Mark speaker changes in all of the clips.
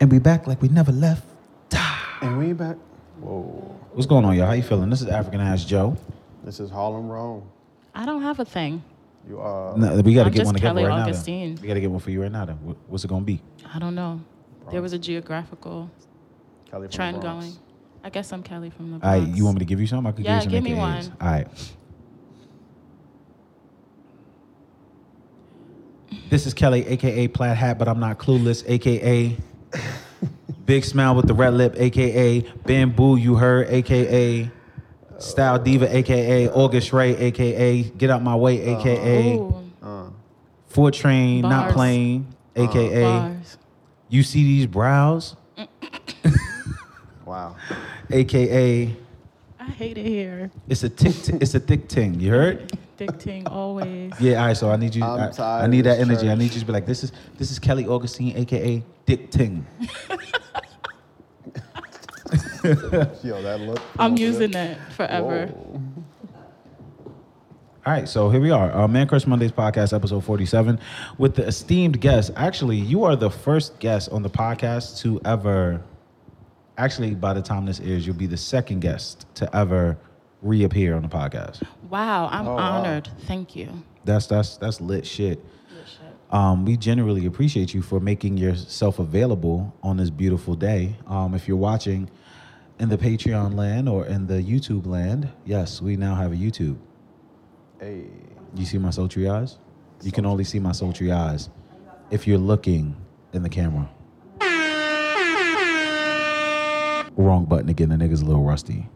Speaker 1: And we back like we never left.
Speaker 2: And we back. Whoa.
Speaker 1: What's going on, y'all? How you feeling? This is African Ass Joe.
Speaker 2: This is Harlem Rome.
Speaker 3: I don't have a thing.
Speaker 2: You uh, are.
Speaker 1: No, we got to
Speaker 3: I'm
Speaker 1: get
Speaker 3: just
Speaker 1: one together
Speaker 3: Kelly
Speaker 1: right now.
Speaker 3: Augustine.
Speaker 1: Then. We got to get one for you right now. Then Wh- what's it gonna be?
Speaker 3: I don't know. There was a geographical
Speaker 2: Kelly from
Speaker 3: trend
Speaker 2: the Bronx.
Speaker 3: going. I guess I'm Kelly from the
Speaker 1: All right,
Speaker 3: Bronx.
Speaker 1: you want me to give you some? I could
Speaker 3: Yeah,
Speaker 1: give you some
Speaker 3: give me
Speaker 1: AKAs.
Speaker 3: one.
Speaker 1: All right. This is Kelly, aka Plaid Hat, but I'm not clueless, aka Big Smile with the red lip, aka Bamboo. You heard, aka Style Diva, aka August Ray, aka Get Out My Way, aka
Speaker 3: Uh, Ooh,
Speaker 2: Uh,
Speaker 1: Four Train, Not
Speaker 3: Bars.
Speaker 1: Playing, aka
Speaker 3: bars.
Speaker 1: You See These Brows,
Speaker 2: Wow.
Speaker 1: aka
Speaker 3: I hate it here.
Speaker 1: It's a tick, it's a thick ting. You heard?
Speaker 3: Dicting always.
Speaker 1: Yeah, all right. So I need you.
Speaker 2: I'm
Speaker 1: I,
Speaker 2: tired
Speaker 1: I need
Speaker 2: of
Speaker 1: that
Speaker 2: this
Speaker 1: energy. I
Speaker 2: church.
Speaker 1: need you to be like, this is this is Kelly Augustine, aka Dick Ting.
Speaker 2: Yo, that look.
Speaker 3: I'm using that forever.
Speaker 2: Whoa.
Speaker 1: All right, so here we are, uh, Man Crush Mondays podcast, episode forty-seven, with the esteemed guest. Actually, you are the first guest on the podcast to ever. Actually, by the time this airs, you'll be the second guest to ever reappear on the podcast.
Speaker 3: Wow, I'm
Speaker 2: Oh, wow.
Speaker 3: honored. Thank you.
Speaker 1: That's that's that's lit shit. Um, we generally appreciate you for making yourself available on this beautiful day. Um, if you're watching in the Patreon land or in the YouTube land, yes, we now have a YouTube.
Speaker 2: Hey.
Speaker 1: You see my sultry eyes? You can only see my sultry eyes if you're looking in the camera. Wrong button again. The nigga's a little rusty.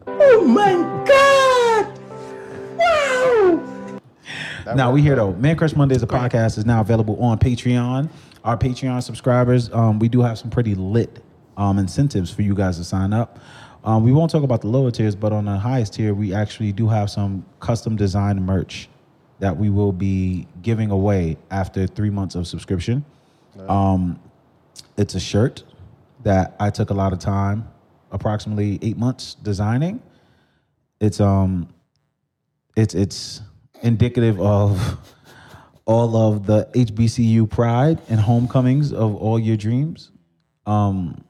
Speaker 2: That
Speaker 1: now
Speaker 2: worked
Speaker 1: we here
Speaker 2: out.
Speaker 1: though. Man Crush Mondays, the podcast is now available on Patreon. Our Patreon subscribers, um, we do have some pretty lit um, incentives for you guys to sign up. Um, we won't talk about the lower tiers, but on the highest tier, we actually do have some custom design merch that we will be giving away after three months of subscription. Um, it's a shirt that I took a lot of time, approximately eight months designing. It's um it's it's indicative of all of the HBCU pride and homecomings of all your dreams. Um,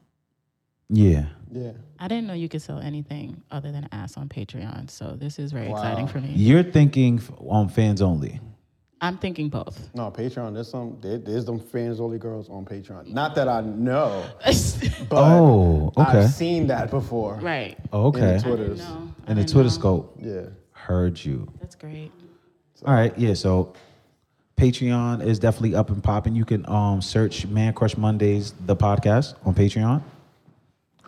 Speaker 1: yeah,
Speaker 2: Yeah.
Speaker 3: I didn't know you could sell anything other than ass on Patreon, so this is very exciting for me.
Speaker 1: you're thinking f- on fans only.
Speaker 3: I'm thinking both.
Speaker 2: No, Patreon. There's some. There, there's them fans only girls on Patreon. Not that I know, but
Speaker 1: Oh, okay,
Speaker 2: I've seen that before.
Speaker 3: right.
Speaker 1: okay.
Speaker 2: in the Twitters.
Speaker 3: No, I
Speaker 1: And the
Speaker 3: didn't
Speaker 1: Twitter
Speaker 3: know.
Speaker 1: scope
Speaker 2: Yeah.
Speaker 1: heard you.
Speaker 3: That's great.
Speaker 1: All right, yeah. So Patreon is definitely up and popping. You can um search Man Crush Mondays the podcast on Patreon.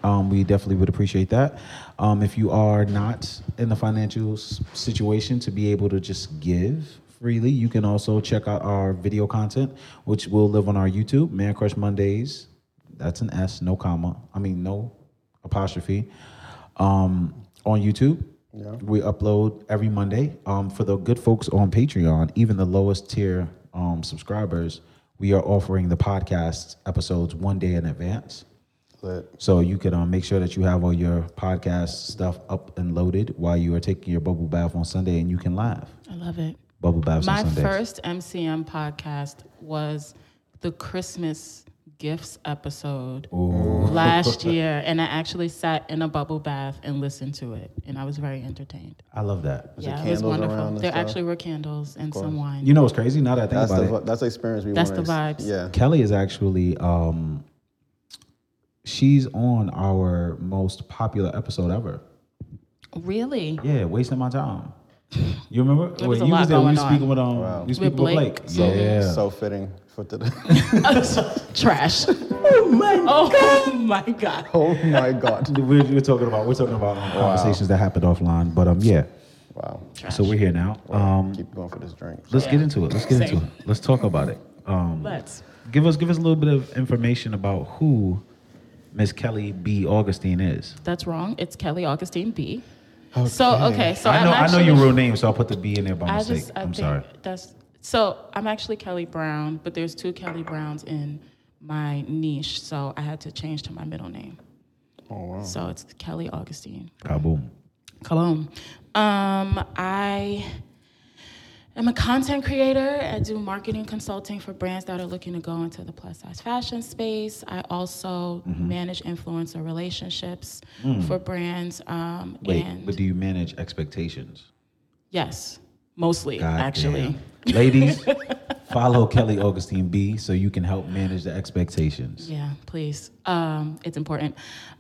Speaker 1: Um, we definitely would appreciate that. Um, if you are not in the financial s- situation to be able to just give freely, you can also check out our video content, which will live on our YouTube, Man Crush Mondays. That's an S, no comma. I mean, no apostrophe. Um, on YouTube,
Speaker 2: Yeah.
Speaker 1: we upload every Monday. Um, for the good folks on Patreon, even the lowest tier um, subscribers, we are offering the podcast episodes one day in advance.
Speaker 2: Lit.
Speaker 1: So you could um, make sure that you have all your podcast stuff up and loaded while you are taking your bubble bath on Sunday, and you can laugh.
Speaker 3: I love it.
Speaker 1: Bubble baths
Speaker 3: My
Speaker 1: on Sundays.
Speaker 3: first MCM podcast was the Christmas gifts episode last year, and I actually sat in a bubble bath and listened to it, and I was very entertained.
Speaker 1: I love that.
Speaker 2: there
Speaker 3: yeah, it was
Speaker 2: candles around
Speaker 3: wonderful.
Speaker 2: and
Speaker 3: There
Speaker 2: stuff?
Speaker 3: actually were candles and some wine.
Speaker 1: You know what's crazy? Now that I think
Speaker 2: That's the
Speaker 1: about
Speaker 2: vi-
Speaker 1: it,
Speaker 2: that's the experience we.
Speaker 3: That's
Speaker 2: wanna
Speaker 3: the
Speaker 2: ex-
Speaker 3: vibes.
Speaker 2: Yeah.
Speaker 1: Kelly is actually um, she's on our most popular episode ever.
Speaker 3: really?
Speaker 1: Yeah, wasting my time. You remember?
Speaker 3: There was a
Speaker 1: you
Speaker 3: lot
Speaker 1: there. We
Speaker 3: going
Speaker 1: were speaking
Speaker 3: on.
Speaker 1: with um, you were speaking with
Speaker 3: Blake.
Speaker 1: Blake. yeah.
Speaker 2: So fitting for today.
Speaker 3: Trash. Oh my god. Oh my god.
Speaker 2: oh my God.
Speaker 1: we're, we're talking about we're talking about um, conversations that happened offline, but um, yeah.
Speaker 2: Wow.
Speaker 1: So we're here now. Um,
Speaker 2: Keep going for this drink.
Speaker 1: Let's get into it. Let's get
Speaker 3: Same.
Speaker 1: into it. Let's talk about it. Um,
Speaker 3: Let's.
Speaker 1: give us give us a little bit of information about who Miss Kelly B. Augustine is.
Speaker 3: That's wrong. It's Kelly Augustine B. So okay, so
Speaker 1: I know
Speaker 3: I'm actually,
Speaker 1: I know your real name, so I put the B in there by
Speaker 3: I
Speaker 1: mistake.
Speaker 3: just, I
Speaker 1: I'm
Speaker 3: think
Speaker 1: sorry.
Speaker 3: That's so. I'm actually Kelly Brown, but there's two Kelly Browns in my niche, so I had to change to my middle name.
Speaker 2: Oh wow.
Speaker 3: So it's Kelly Augustine.
Speaker 1: Kaboom.
Speaker 3: Cologne. Um, I I'm a content creator. I do marketing consulting for brands that are looking to go into the plus size fashion space. I also
Speaker 1: Mm-hmm.
Speaker 3: manage influencer relationships for brands. Um,
Speaker 1: Mm. Wait,
Speaker 3: and
Speaker 1: but do you manage expectations?
Speaker 3: yes, mostly
Speaker 1: God
Speaker 3: actually.
Speaker 1: damn. ladies, follow Kelly Augustine B so you can help manage the expectations.
Speaker 3: Yeah, please. Um, it's important.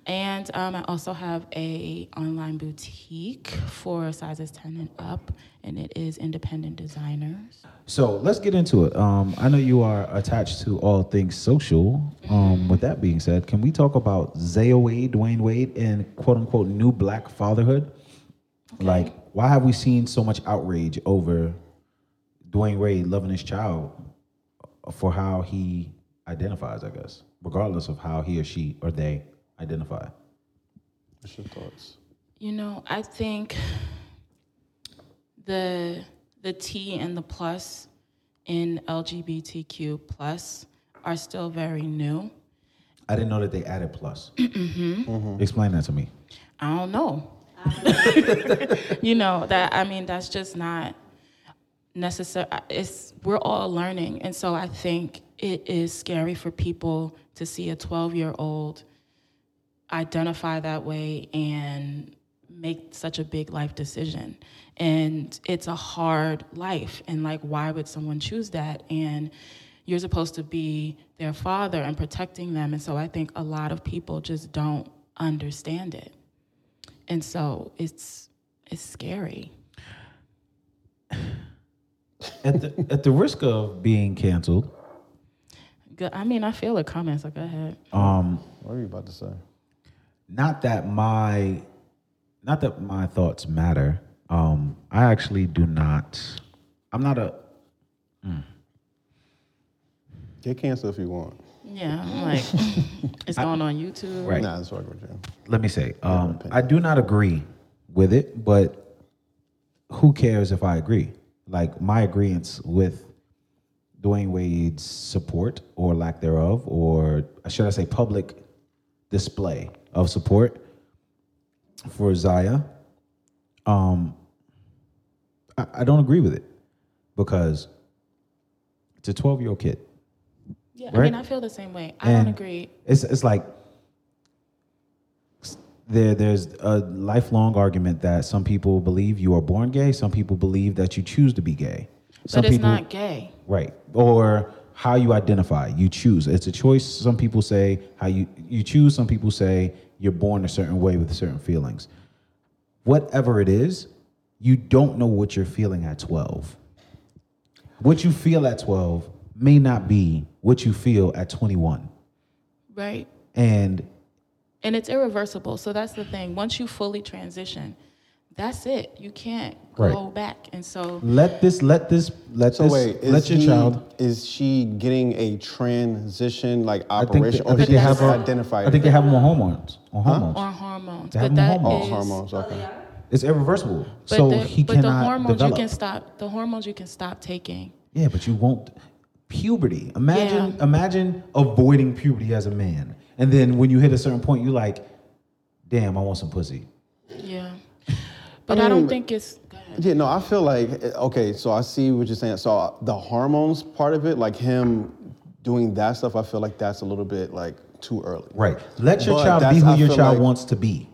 Speaker 3: And um, I also have a online boutique for sizes 10 and up, and it is independent designers.
Speaker 1: So let's get into it. Um, I know you are attached to all things social. Um, with that being said, can we talk about Zaya Wade, Dwayne Wade, and quote unquote new black fatherhood? Like, why have we seen so much outrage over Dwayne Wade loving his child for how he identifies, I guess, regardless of how he or she or they identify?
Speaker 2: What's your thoughts?
Speaker 3: You know, I think the the T and the plus in LGBTQ plus are still very new.
Speaker 1: I didn't know that they added plus. Explain that to me.
Speaker 3: I don't know. you know that I mean that's just not necessary. It's we're all learning, and so I think it is scary for people to see a 12 year old identify that way and make such a big life decision. And it's a hard life. And like, why would someone choose that? And you're supposed to be their father and protecting them. And so I think a lot of people just don't understand it. And so it's it's scary.
Speaker 1: At the, at the risk of being canceled,
Speaker 3: Go- I mean, I feel it coming, so go ahead.
Speaker 1: um,
Speaker 2: What are you about to say?
Speaker 1: not that my not that my thoughts matter um i actually do not i'm not a
Speaker 2: Get cancer if you want.
Speaker 3: Yeah, I'm like it's going on YouTube.
Speaker 1: Right.
Speaker 2: Nah, it's fucking with you.
Speaker 1: let me say um i do not agree with it but who cares if i agree like my agreement with dwayne wade's support or lack thereof or should i say public display of support for zaya um i, I don't agree with it because it's a 12 year old kid
Speaker 3: Yeah, I
Speaker 1: Right.
Speaker 3: mean, I feel the same way. I
Speaker 1: And-
Speaker 3: don't agree.
Speaker 1: It's it's like there there's a lifelong argument that some people believe you are born gay, some people believe that you choose to be gay. Some
Speaker 3: But it's
Speaker 1: people
Speaker 3: not gay.
Speaker 1: right or how you identify, you choose. It's a choice. Some people say how you you choose, some people say you're born a certain way with certain feelings. Whatever it is, you don't know what you're feeling at 12. What you feel at 12 may not be what you feel at 21.
Speaker 3: Right.
Speaker 1: And
Speaker 3: And it's irreversible. So that's the thing. Once you fully transition, that's it. You can't go
Speaker 1: Right.
Speaker 3: back. And so
Speaker 1: let this, let this, let
Speaker 2: So
Speaker 1: this,
Speaker 2: wait, is
Speaker 1: let your
Speaker 2: he-
Speaker 1: child.
Speaker 2: Is she getting a transition like
Speaker 1: I think,
Speaker 2: operation,
Speaker 1: they, I
Speaker 2: or
Speaker 1: think
Speaker 2: she
Speaker 1: they
Speaker 2: has
Speaker 1: have her,
Speaker 2: identified?
Speaker 1: I think they have them on hormones. On hormones,
Speaker 3: on hormones,
Speaker 1: They have
Speaker 3: but that is
Speaker 1: them on
Speaker 2: oh, hormones. Okay.
Speaker 1: it's irreversible.
Speaker 3: But
Speaker 1: so
Speaker 3: the,
Speaker 1: he
Speaker 3: but
Speaker 1: cannot
Speaker 3: the hormones
Speaker 1: develop.
Speaker 3: you can stop. The hormones you can stop taking.
Speaker 1: yeah, but you won't. Puberty. Imagine, imagine avoiding puberty as a man, and then when you hit a certain point, you like, damn, I want some pussy.
Speaker 3: Yeah. But I, don't
Speaker 2: mean,
Speaker 3: think it's. go ahead.
Speaker 2: Yeah, no, I feel like eh, okay. So I see what you're saying. So uh, the hormones part of it, like him doing that stuff, I feel like that's a little bit like too early.
Speaker 1: Right. Let your
Speaker 2: But
Speaker 1: child be
Speaker 2: that's-
Speaker 1: who
Speaker 2: I
Speaker 1: your
Speaker 2: feel
Speaker 1: child
Speaker 2: like-
Speaker 1: wants to be.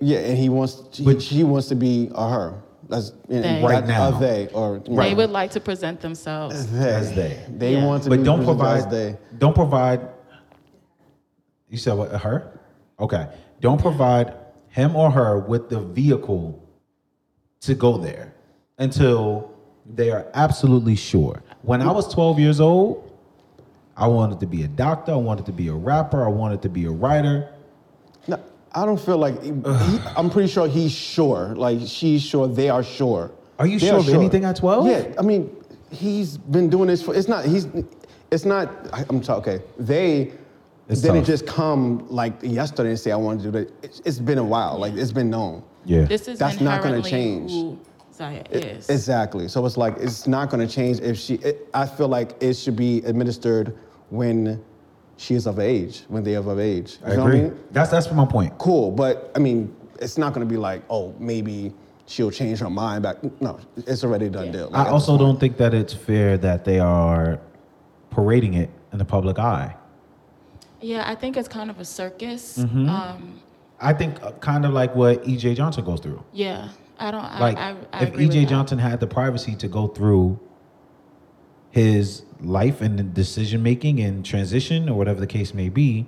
Speaker 2: Yeah, and he wants, he,
Speaker 1: But-
Speaker 2: she wants to be a her. That's and
Speaker 3: They.
Speaker 1: Right
Speaker 2: that's
Speaker 1: now.
Speaker 2: a they or
Speaker 3: They would like to present themselves.
Speaker 2: they.
Speaker 1: As they.
Speaker 2: They
Speaker 3: Yeah.
Speaker 2: want to
Speaker 1: but
Speaker 2: be
Speaker 1: don't
Speaker 2: presented as
Speaker 1: provide
Speaker 2: they.
Speaker 1: don't provide you said what her okay don't provide him or her with the vehicle to go there until they are absolutely sure when i was 12 years old i wanted to be a doctor i wanted to be a rapper i wanted to be a writer
Speaker 2: No, I don't feel like. he- I'm pretty sure he's sure. Like she's sure. They are sure.
Speaker 1: Are you
Speaker 2: They
Speaker 1: sure of anything at 12?
Speaker 2: Yeah. I mean, he's been doing this for. It's not. He's. It's not. I, am sorry. Okay. They.
Speaker 1: It's
Speaker 2: didn't
Speaker 1: tough.
Speaker 2: just come like yesterday and say I want to do that. It's, it's been a while. Like it's been known.
Speaker 1: yeah
Speaker 3: This is
Speaker 2: That's not gonna
Speaker 3: inherently
Speaker 2: change.
Speaker 3: Who Zaya is.
Speaker 2: Exactly. So it's like it's not going to change if she. It, I feel like it should be administered when she is of age. When they are of age. You
Speaker 1: i
Speaker 2: know
Speaker 1: agree
Speaker 2: What I mean?
Speaker 1: that's that's my point
Speaker 2: cool, but I mean, it's not gonna be like, oh, maybe she'll change her mind back. No, it's already a done
Speaker 3: Yeah.
Speaker 2: deal. Like,
Speaker 1: I
Speaker 2: at
Speaker 1: also
Speaker 2: this point.
Speaker 1: don't think that it's fair that they are parading it in the public eye.
Speaker 3: Yeah, I think it's kind of a circus.
Speaker 1: Mm-hmm.
Speaker 3: Um,
Speaker 1: I think uh, kind of like what EJ Johnson goes through.
Speaker 3: yeah, I don't. I,
Speaker 1: Like
Speaker 3: I, I
Speaker 1: if E
Speaker 3: agree with
Speaker 1: EJ
Speaker 3: that.
Speaker 1: Johnson had the privacy to go through his life and decision making and transition or whatever the case may be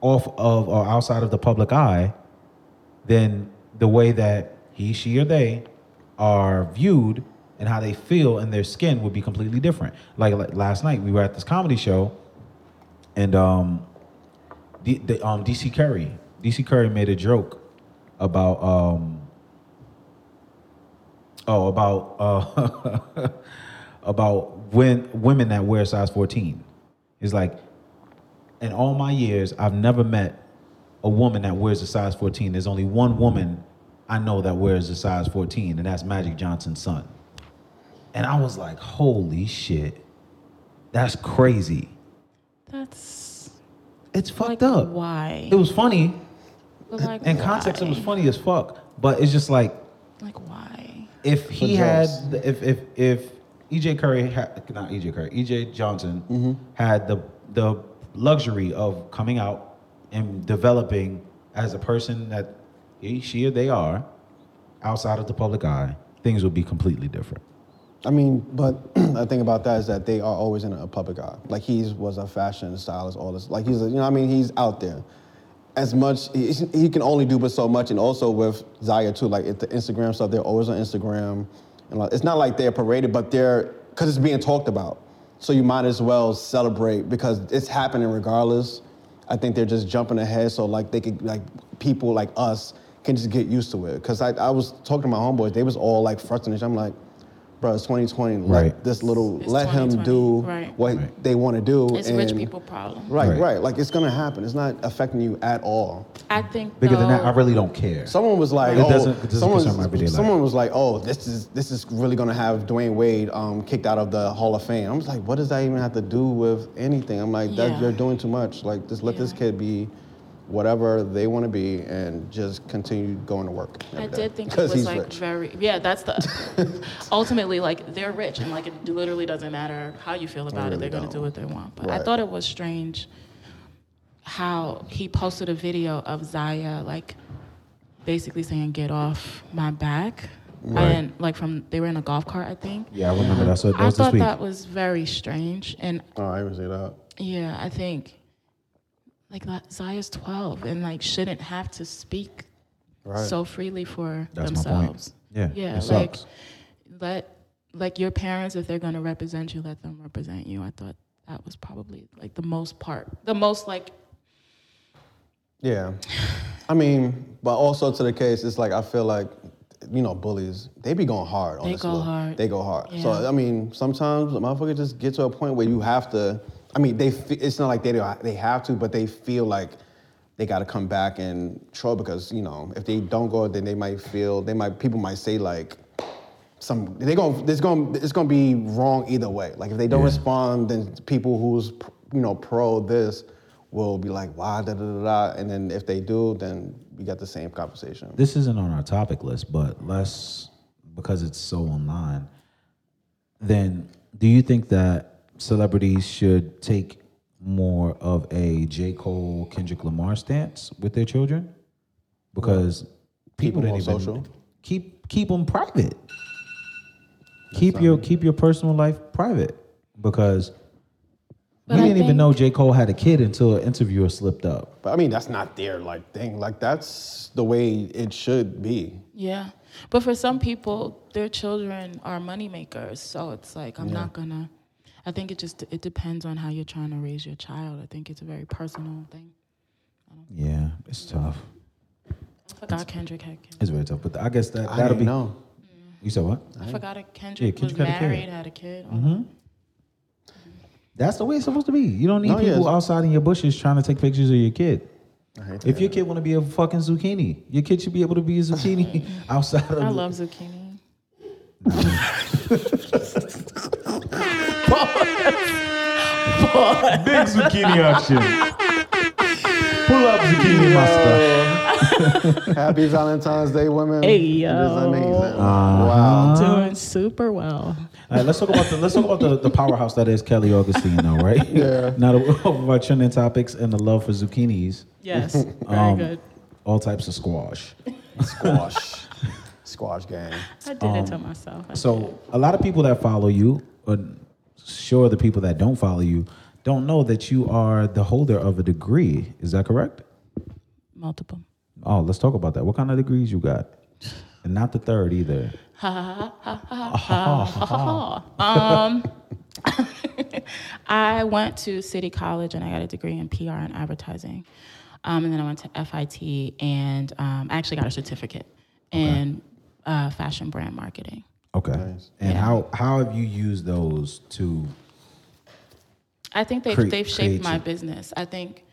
Speaker 1: off of or outside of the public eye, then the way that he, she, or they are viewed and how they feel and their skin would be completely different. Like, like last night, we were at this comedy show, and um, D, the, um, DC Curry, DC Curry made a joke about um, Oh, about uh, about when women that wear size fourteen. It's like, in all my years, I've never met a woman that wears a size fourteen. There's only one woman I know that wears a size fourteen, and that's Magic Johnson's son. And I was like, holy shit, that's crazy.
Speaker 3: That's
Speaker 1: It's fucked
Speaker 3: like,
Speaker 1: up.
Speaker 3: Why?
Speaker 1: It was funny
Speaker 3: But, like,
Speaker 1: in context. It was
Speaker 3: why?
Speaker 1: funny as fuck, but it's just like
Speaker 3: Like why?
Speaker 1: if he had
Speaker 2: drugs.
Speaker 1: if if if EJ Curry had not EJ Curry EJ Johnson had the the luxury of coming out and developing as a person that he, she or they are outside of the public eye, things would be completely different.
Speaker 2: I mean, but the thing about that is that they are always in a public eye. Like he's was a fashion stylist, all this. Like he's, a, you know, what I mean, he's out there. As much he, he can only do, but so much. And also with Zaya too, like at the Instagram stuff, they're always on Instagram, and like, it's not like they're paraded, but they're because it's being talked about. So you might as well celebrate because it's happening regardless. I think they're just jumping ahead, so like they could like people like us can just get used to it. Cause I, I was talking to my homeboys, they was all like frustrated. I'm like, bro, it's 2020.
Speaker 1: Right.
Speaker 2: Let this little
Speaker 3: It's
Speaker 2: let him do
Speaker 3: 2020, right.
Speaker 2: what
Speaker 1: Right.
Speaker 2: they want to do.
Speaker 3: It's rich
Speaker 2: and-
Speaker 3: people problem.
Speaker 2: Right,
Speaker 1: Right.
Speaker 2: right, Like it's gonna happen. It's not affecting you at all.
Speaker 3: I think
Speaker 1: Bigger than that,
Speaker 3: though-
Speaker 1: I really don't care.
Speaker 2: Someone was like,
Speaker 1: It
Speaker 2: oh,
Speaker 1: doesn't- it doesn't
Speaker 2: someone's-
Speaker 1: concern my everyday life.
Speaker 2: someone was like, oh, this is this is really gonna have Dwayne Wade um, kicked out of the Hall of Fame. I was like, what does that even have to do with anything? I'm like, that,
Speaker 3: Yeah.
Speaker 2: you're doing too much. Like, just let this
Speaker 3: Yeah.
Speaker 2: kid be. Whatever they want to be, and just continue going to work.
Speaker 3: I
Speaker 2: every day.
Speaker 3: did think it
Speaker 2: 'Cause
Speaker 3: was
Speaker 2: he's
Speaker 3: like
Speaker 2: rich.
Speaker 3: very yeah. That's the ultimately like they're rich and like it literally doesn't matter how you feel about it.
Speaker 2: really
Speaker 3: They're gonna do
Speaker 2: don't.
Speaker 3: what they want. But I
Speaker 2: Right.
Speaker 3: thought it was strange how he posted a video of Zaya like basically saying "Get off my back," and like from they were in a golf cart, I think.
Speaker 1: yeah, I remember that. So that
Speaker 3: I
Speaker 1: was this
Speaker 3: thought
Speaker 1: week.
Speaker 3: that was very strange, and
Speaker 2: Oh, I didn't see that.
Speaker 3: yeah, I think like that- Zaya's 12 and like shouldn't have to speak so freely for
Speaker 1: That's my point.
Speaker 3: themselves.
Speaker 1: Yeah,
Speaker 3: Yeah,
Speaker 1: it
Speaker 3: like
Speaker 1: sucks.
Speaker 3: let like your parents if they're going to represent you, let them represent you. I thought that was probably like the most part, the most like
Speaker 2: Yeah. I mean, but also to the case, it's like I feel like, you know, bullies, they be going hard on
Speaker 3: They
Speaker 2: this
Speaker 3: go
Speaker 2: little-
Speaker 3: hard.
Speaker 2: They go hard.
Speaker 3: Yeah.
Speaker 2: So, I mean, sometimes a motherfucker just get to a point where you have to, I mean, they. fe- it's not like they, don't, they have to, but they feel like they got to come back and troll because, you know, if they don't go, then they might feel, they might, people might say like, some they going it's going it's going to be wrong either way. Like if they don't respond, then people who's you know pro this will be like why da da da da, and then if they do, then we got the same conversation.
Speaker 1: this isn't on our topic list, but let's because it's so online. Then, do you think that celebrities should take more of a J. Cole, Kendrick Lamar stance with their children? Because people
Speaker 2: them
Speaker 1: didn't
Speaker 2: on
Speaker 1: even
Speaker 2: social.
Speaker 1: keep keep them private. keep your keep your personal life private because we
Speaker 3: But I
Speaker 1: didn't even
Speaker 3: think-
Speaker 1: know J. Cole had a kid until an interviewer slipped up.
Speaker 2: But I mean that's not their like thing. Like that's the way it should be.
Speaker 3: yeah. But for some people, their children are moneymakers, so it's like I'm not going to I think it just it depends on how you're trying to raise your child. I think it's a very personal thing.
Speaker 1: Yeah, it's tough.
Speaker 3: I forgot Kendrick had kids.
Speaker 1: It's very tough. But I guess that
Speaker 2: I
Speaker 1: that'll
Speaker 2: didn't
Speaker 1: be.
Speaker 2: know.
Speaker 1: You said what?
Speaker 3: I forgot that Kendrick,
Speaker 1: Kendrick had
Speaker 3: was
Speaker 1: a kid. Mm-hmm.
Speaker 3: married, had a kid.
Speaker 1: That's the way it's supposed to be. You don't need
Speaker 2: No, yeah,
Speaker 1: people
Speaker 2: it's-
Speaker 1: outside in your bushes trying to take pictures of your kid.
Speaker 2: I hate
Speaker 1: If
Speaker 2: that.
Speaker 1: your kid want to be a fucking zucchini, your kid should be able to be a zucchini outside of.
Speaker 3: I love zucchini.
Speaker 1: big zucchini action. Pull up zucchini master.
Speaker 2: Happy Valentine's Day, women.
Speaker 3: Hey,
Speaker 2: It is
Speaker 3: yo.
Speaker 2: amazing.
Speaker 1: Uh-huh.
Speaker 2: Wow.
Speaker 3: Doing super well.
Speaker 1: All right, let's talk about the let's talk about the, the powerhouse that is Kelly Augustine, though, right?
Speaker 2: Yeah.
Speaker 1: Now that we're over our trending topics and the love for zucchinis,
Speaker 3: Yes, very
Speaker 1: Um,
Speaker 3: good.
Speaker 1: all types of squash.
Speaker 2: Squash. Squash gang.
Speaker 3: I did it
Speaker 1: um,
Speaker 3: to myself. I did.
Speaker 1: So a lot of people that follow you, or sure the people that don't follow you, don't know that you are the holder of a degree. Is that correct?
Speaker 3: multiple.
Speaker 1: Oh, let's talk about that. What kind of degrees you got? And not the third either.
Speaker 3: um, I went to City College and I got a degree in PR and advertising. Um, and then I went to FIT and um, I actually got a certificate in uh, fashion brand marketing.
Speaker 1: Okay. And how how have you used those to
Speaker 3: I think they've,
Speaker 1: Crea-
Speaker 3: they've shaped my
Speaker 1: creative.
Speaker 3: business. I think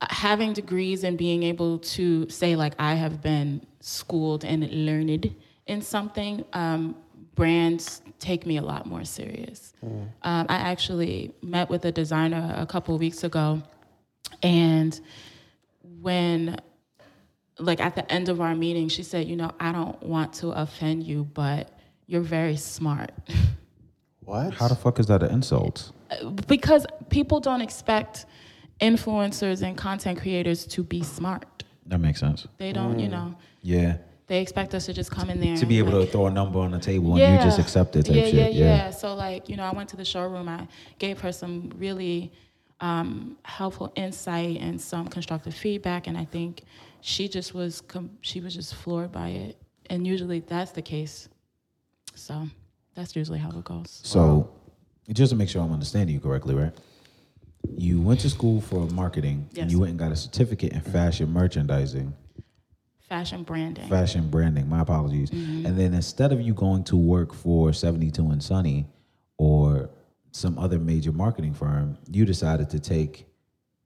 Speaker 3: uh, having degrees and being able to say, like, I have been schooled and learned in something, um, brands take me a lot more serious. Um, I actually met with a designer a couple of weeks ago, and when like at the end of our meeting, she said, "You know, I don't want to offend you, but you're very smart."
Speaker 2: What?
Speaker 1: how the fuck is that an insult?
Speaker 3: because people don't expect influencers and content creators to be smart.
Speaker 1: That makes sense.
Speaker 3: They don't, you know,
Speaker 1: Yeah.
Speaker 3: they expect us to just come in there
Speaker 1: Mm. To be
Speaker 3: and,
Speaker 1: able to
Speaker 3: like,
Speaker 1: throw a number on the table
Speaker 3: yeah.
Speaker 1: and you just accept it type
Speaker 3: yeah,
Speaker 1: shit.
Speaker 3: Yeah, yeah, So like, you know, I went to the showroom. I gave her some really um, helpful insight and some constructive feedback, and I think she just was com- she was just floored by it. And usually that's the case. So that's usually how it goes.
Speaker 1: So, just to make sure I'm understanding you correctly, right? You went to school for marketing, and
Speaker 3: Yes.
Speaker 1: you went and got a certificate in fashion merchandising,
Speaker 3: Fashion branding.
Speaker 1: fashion branding. My apologies. And then instead of you going to work for 72 and Sunny or some other major marketing firm, you decided to take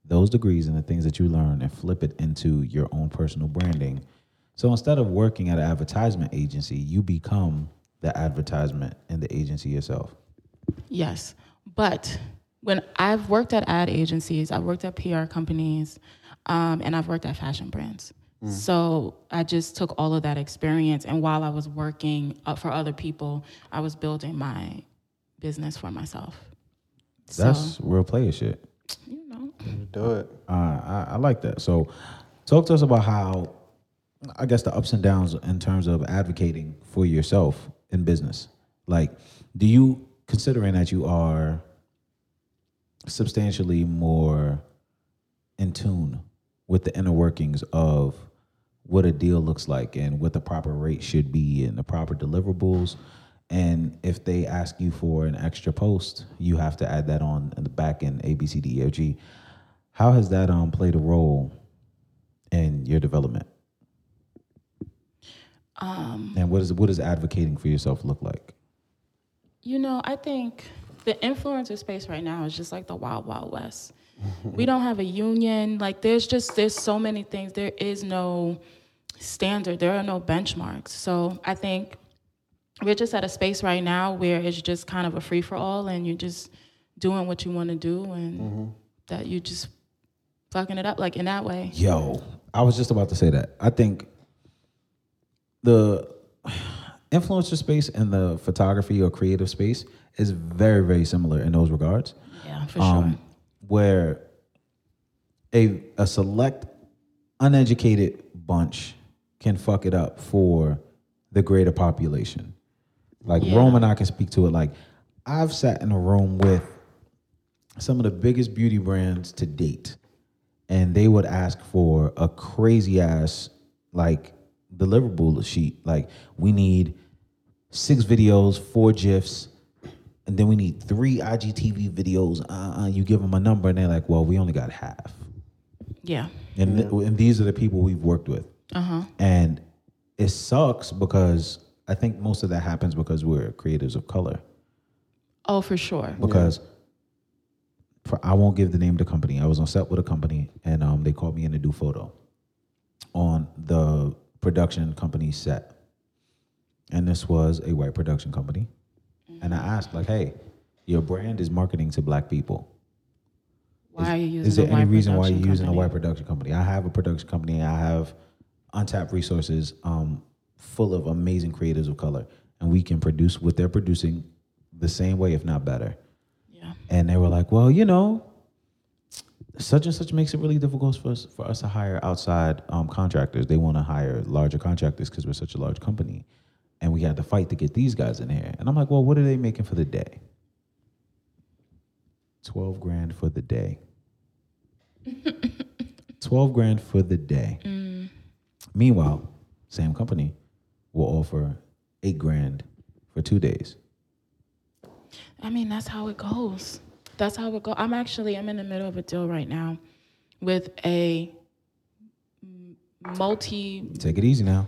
Speaker 1: those degrees and the things that you learned and flip it into your own personal branding. So instead of working at an advertisement agency, you become the advertisement and the agency yourself.
Speaker 3: Yes. But when I've worked at ad agencies, I've worked at PR companies, um, and I've worked at fashion brands. So I just took all of that experience, and while I was working uh, for other people, I was building my business for myself.
Speaker 1: That's
Speaker 3: so,
Speaker 1: real player shit.
Speaker 3: you know,
Speaker 2: Do it.
Speaker 1: Uh, I, I like that. So, talk to us about how, I guess, the ups and downs in terms of advocating for yourself in business. Like, do you, considering that you are substantially more in tune with the inner workings of what a deal looks like and what the proper rate should be and the proper deliverables. And if they ask you for an extra post, you have to add that on in the back end, A, B, C, D, E, F, G. How has that um, played a role in your development? Um, and what, is, what does advocating for yourself look like?
Speaker 3: You know, I think the influencer space right now is just like the wild, wild west. we don't have a union. Like, there's just there's so many things. There is no standard. There are no benchmarks. So I think we're just at a space right now where it's just kind of a free for all, and you're just doing what you want to do, and that you just fucking it up like in that way.
Speaker 1: Yo, I was just about to say that. I think the influencer space and the photography or creative space is very, very similar in those regards.
Speaker 3: Yeah, for
Speaker 1: um,
Speaker 3: sure.
Speaker 1: where a a select uneducated bunch can fuck it up for the greater population. Like
Speaker 3: Yeah.
Speaker 1: Rome and I can speak to it. Like I've sat in a room with some of the biggest beauty brands to date, and they would ask for a crazy ass like deliverable sheet. Like we need six videos, four gifs, and then we need three IGTV videos. Uh, uh, you give them a number, and they're like, "Well, we only got half."
Speaker 3: Yeah.
Speaker 1: And th- and these are the people we've worked with. And it sucks because I think most of that happens because we're creatives of color.
Speaker 3: Oh, for sure.
Speaker 1: Because for, I won't give the name of the company. I was on set with a company, and um, they called me in to do photo on the production company set. And this was a white production company. And I asked, like, "Hey, your brand is marketing to black people."
Speaker 3: Why are you using
Speaker 1: Is there
Speaker 3: a white
Speaker 1: any reason why
Speaker 3: production
Speaker 1: you're using a
Speaker 3: company?
Speaker 1: white production company? I have a production company. I have untapped resources um, full of amazing creatives of color, and we can produce what they're producing the same way, if not better.
Speaker 3: Yeah.
Speaker 1: And they were like, well, you know, such and such makes it really difficult for us for us to hire outside um, contractors. They want to hire larger contractors because we're such a large company, and we had to fight to get these guys in here. And I'm like, well, what are they making for the day? Twelve grand for the day. Twelve grand for the day.
Speaker 3: Mm.
Speaker 1: Meanwhile, same company will offer eight grand for two days.
Speaker 3: I mean, that's how it goes. That's how it goes. I'm actually I'm in the middle of a deal right now with a m- multi
Speaker 1: Take it easy now.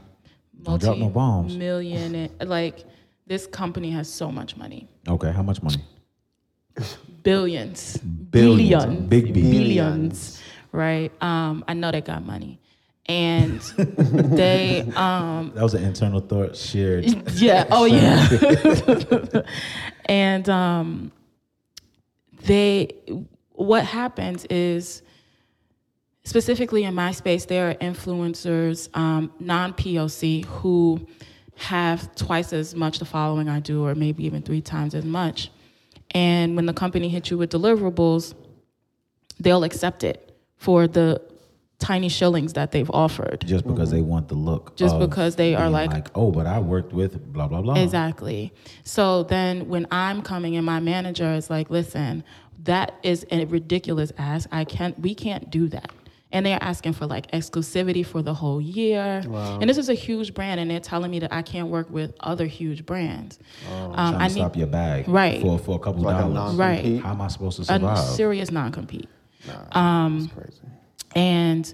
Speaker 1: Don't drop no bombs.
Speaker 3: Million like this company has so much money.
Speaker 1: Okay, how much money? Billions.
Speaker 3: Billions. Billions.
Speaker 1: Big B.
Speaker 3: Billions. Right. Um, I know they got money. And they um
Speaker 1: That was an internal thought shared.
Speaker 3: yeah. Oh yeah. and um, they, what happens is, specifically in my space, there are influencers, um, non POC, who have twice as much the following I do, or maybe even three times as much. And when the company hits you with deliverables, they'll accept it for the tiny shillings that they've offered.
Speaker 1: just because they want the look.
Speaker 3: Just
Speaker 1: of
Speaker 3: because they are
Speaker 1: being
Speaker 3: like-
Speaker 1: oh, but I worked with blah blah blah.
Speaker 3: Exactly. So then when I'm coming and my manager is like, listen, that is a ridiculous ask. I can't we can't do that. And they're asking for like exclusivity for the whole year. And this is a huge brand and they're telling me that I can't work with other huge brands. um,
Speaker 1: Oh, Trying to
Speaker 3: I
Speaker 1: stop
Speaker 3: need
Speaker 1: your bag
Speaker 3: Right.
Speaker 1: for for a couple
Speaker 2: Like a
Speaker 1: dollars.
Speaker 2: non-compete.
Speaker 1: How am I supposed to
Speaker 3: a
Speaker 1: survive?
Speaker 3: serious non compete. Um,
Speaker 2: That's crazy.
Speaker 3: And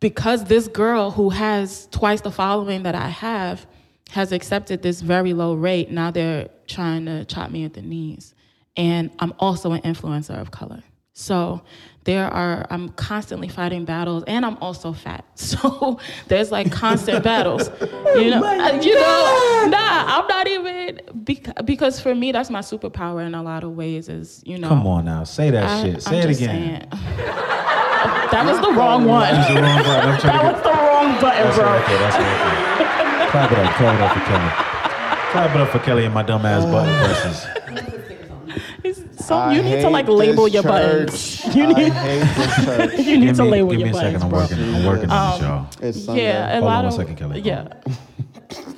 Speaker 3: because this girl who has twice the following that I have has accepted this very low rate, now they're trying to chop me at the knees. And I'm also an influencer of color. So there are, I'm constantly fighting battles and I'm also fat. So there's like constant battles. You know, Uh, you know, nah, I'm not even, beca- because for me, that's my superpower in a lot of ways is, you know.
Speaker 1: Come on now, say that
Speaker 3: I-
Speaker 1: shit. Say
Speaker 3: I'm
Speaker 1: it
Speaker 3: just
Speaker 1: again.
Speaker 3: saying. that was the wrong one.
Speaker 1: That's the wrong button. I'm trying
Speaker 3: That
Speaker 1: to
Speaker 3: was
Speaker 1: get.
Speaker 3: the wrong button,
Speaker 1: That's right
Speaker 3: bro.
Speaker 1: there. That's right there. Clap it up. Clap it up for Kelly. Oh. Clap it up for Kelly and my dumb ass button versus.
Speaker 3: It's- So
Speaker 2: I
Speaker 1: Uh,
Speaker 3: you need to
Speaker 2: hate
Speaker 3: like label
Speaker 2: this
Speaker 3: your
Speaker 2: church.
Speaker 3: buttons. You need
Speaker 2: I hate this church.
Speaker 3: you need
Speaker 1: Give
Speaker 3: to
Speaker 1: me,
Speaker 3: label
Speaker 1: give
Speaker 3: your
Speaker 1: me a second.
Speaker 3: buttons,
Speaker 1: I'm
Speaker 3: bro.
Speaker 1: working. I'm working on this, y'all.
Speaker 2: It's Sunday.
Speaker 3: Yeah, Um, a
Speaker 1: Hold on
Speaker 3: lot
Speaker 1: one
Speaker 3: of
Speaker 1: second, Kelly. Hold
Speaker 3: yeah.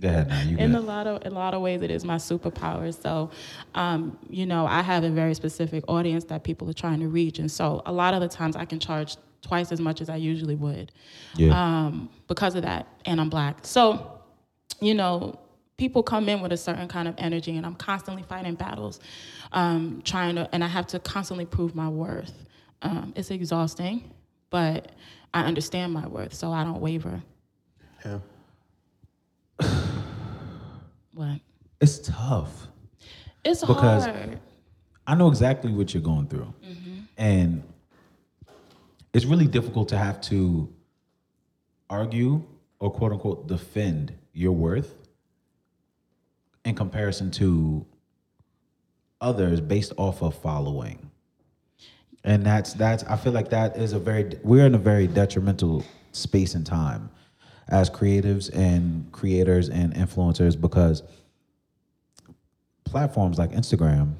Speaker 1: Go ahead now. You
Speaker 3: In a
Speaker 1: good.
Speaker 3: lot of in a lot of ways, it is my superpower. So, um, you know, I have a very specific audience that people are trying to reach, and so a lot of the times I can charge twice as much as I usually would.
Speaker 1: Yeah.
Speaker 3: um, because of that, and I'm black. So, you know, people come in with a certain kind of energy, and I'm constantly fighting battles, um, trying to, and I have to constantly prove my worth. Um, it's exhausting, but I understand my worth, so I don't waver.
Speaker 2: Yeah.
Speaker 3: What?
Speaker 1: It's tough.
Speaker 3: It's
Speaker 1: Because-
Speaker 3: hard.
Speaker 1: I know exactly what you're going through. And it's really difficult to have to argue or quote unquote defend your worth in comparison to others based off of following. And that's that's I feel like that is a very we're in a very detrimental space and time as creatives and creators and influencers because platforms like Instagram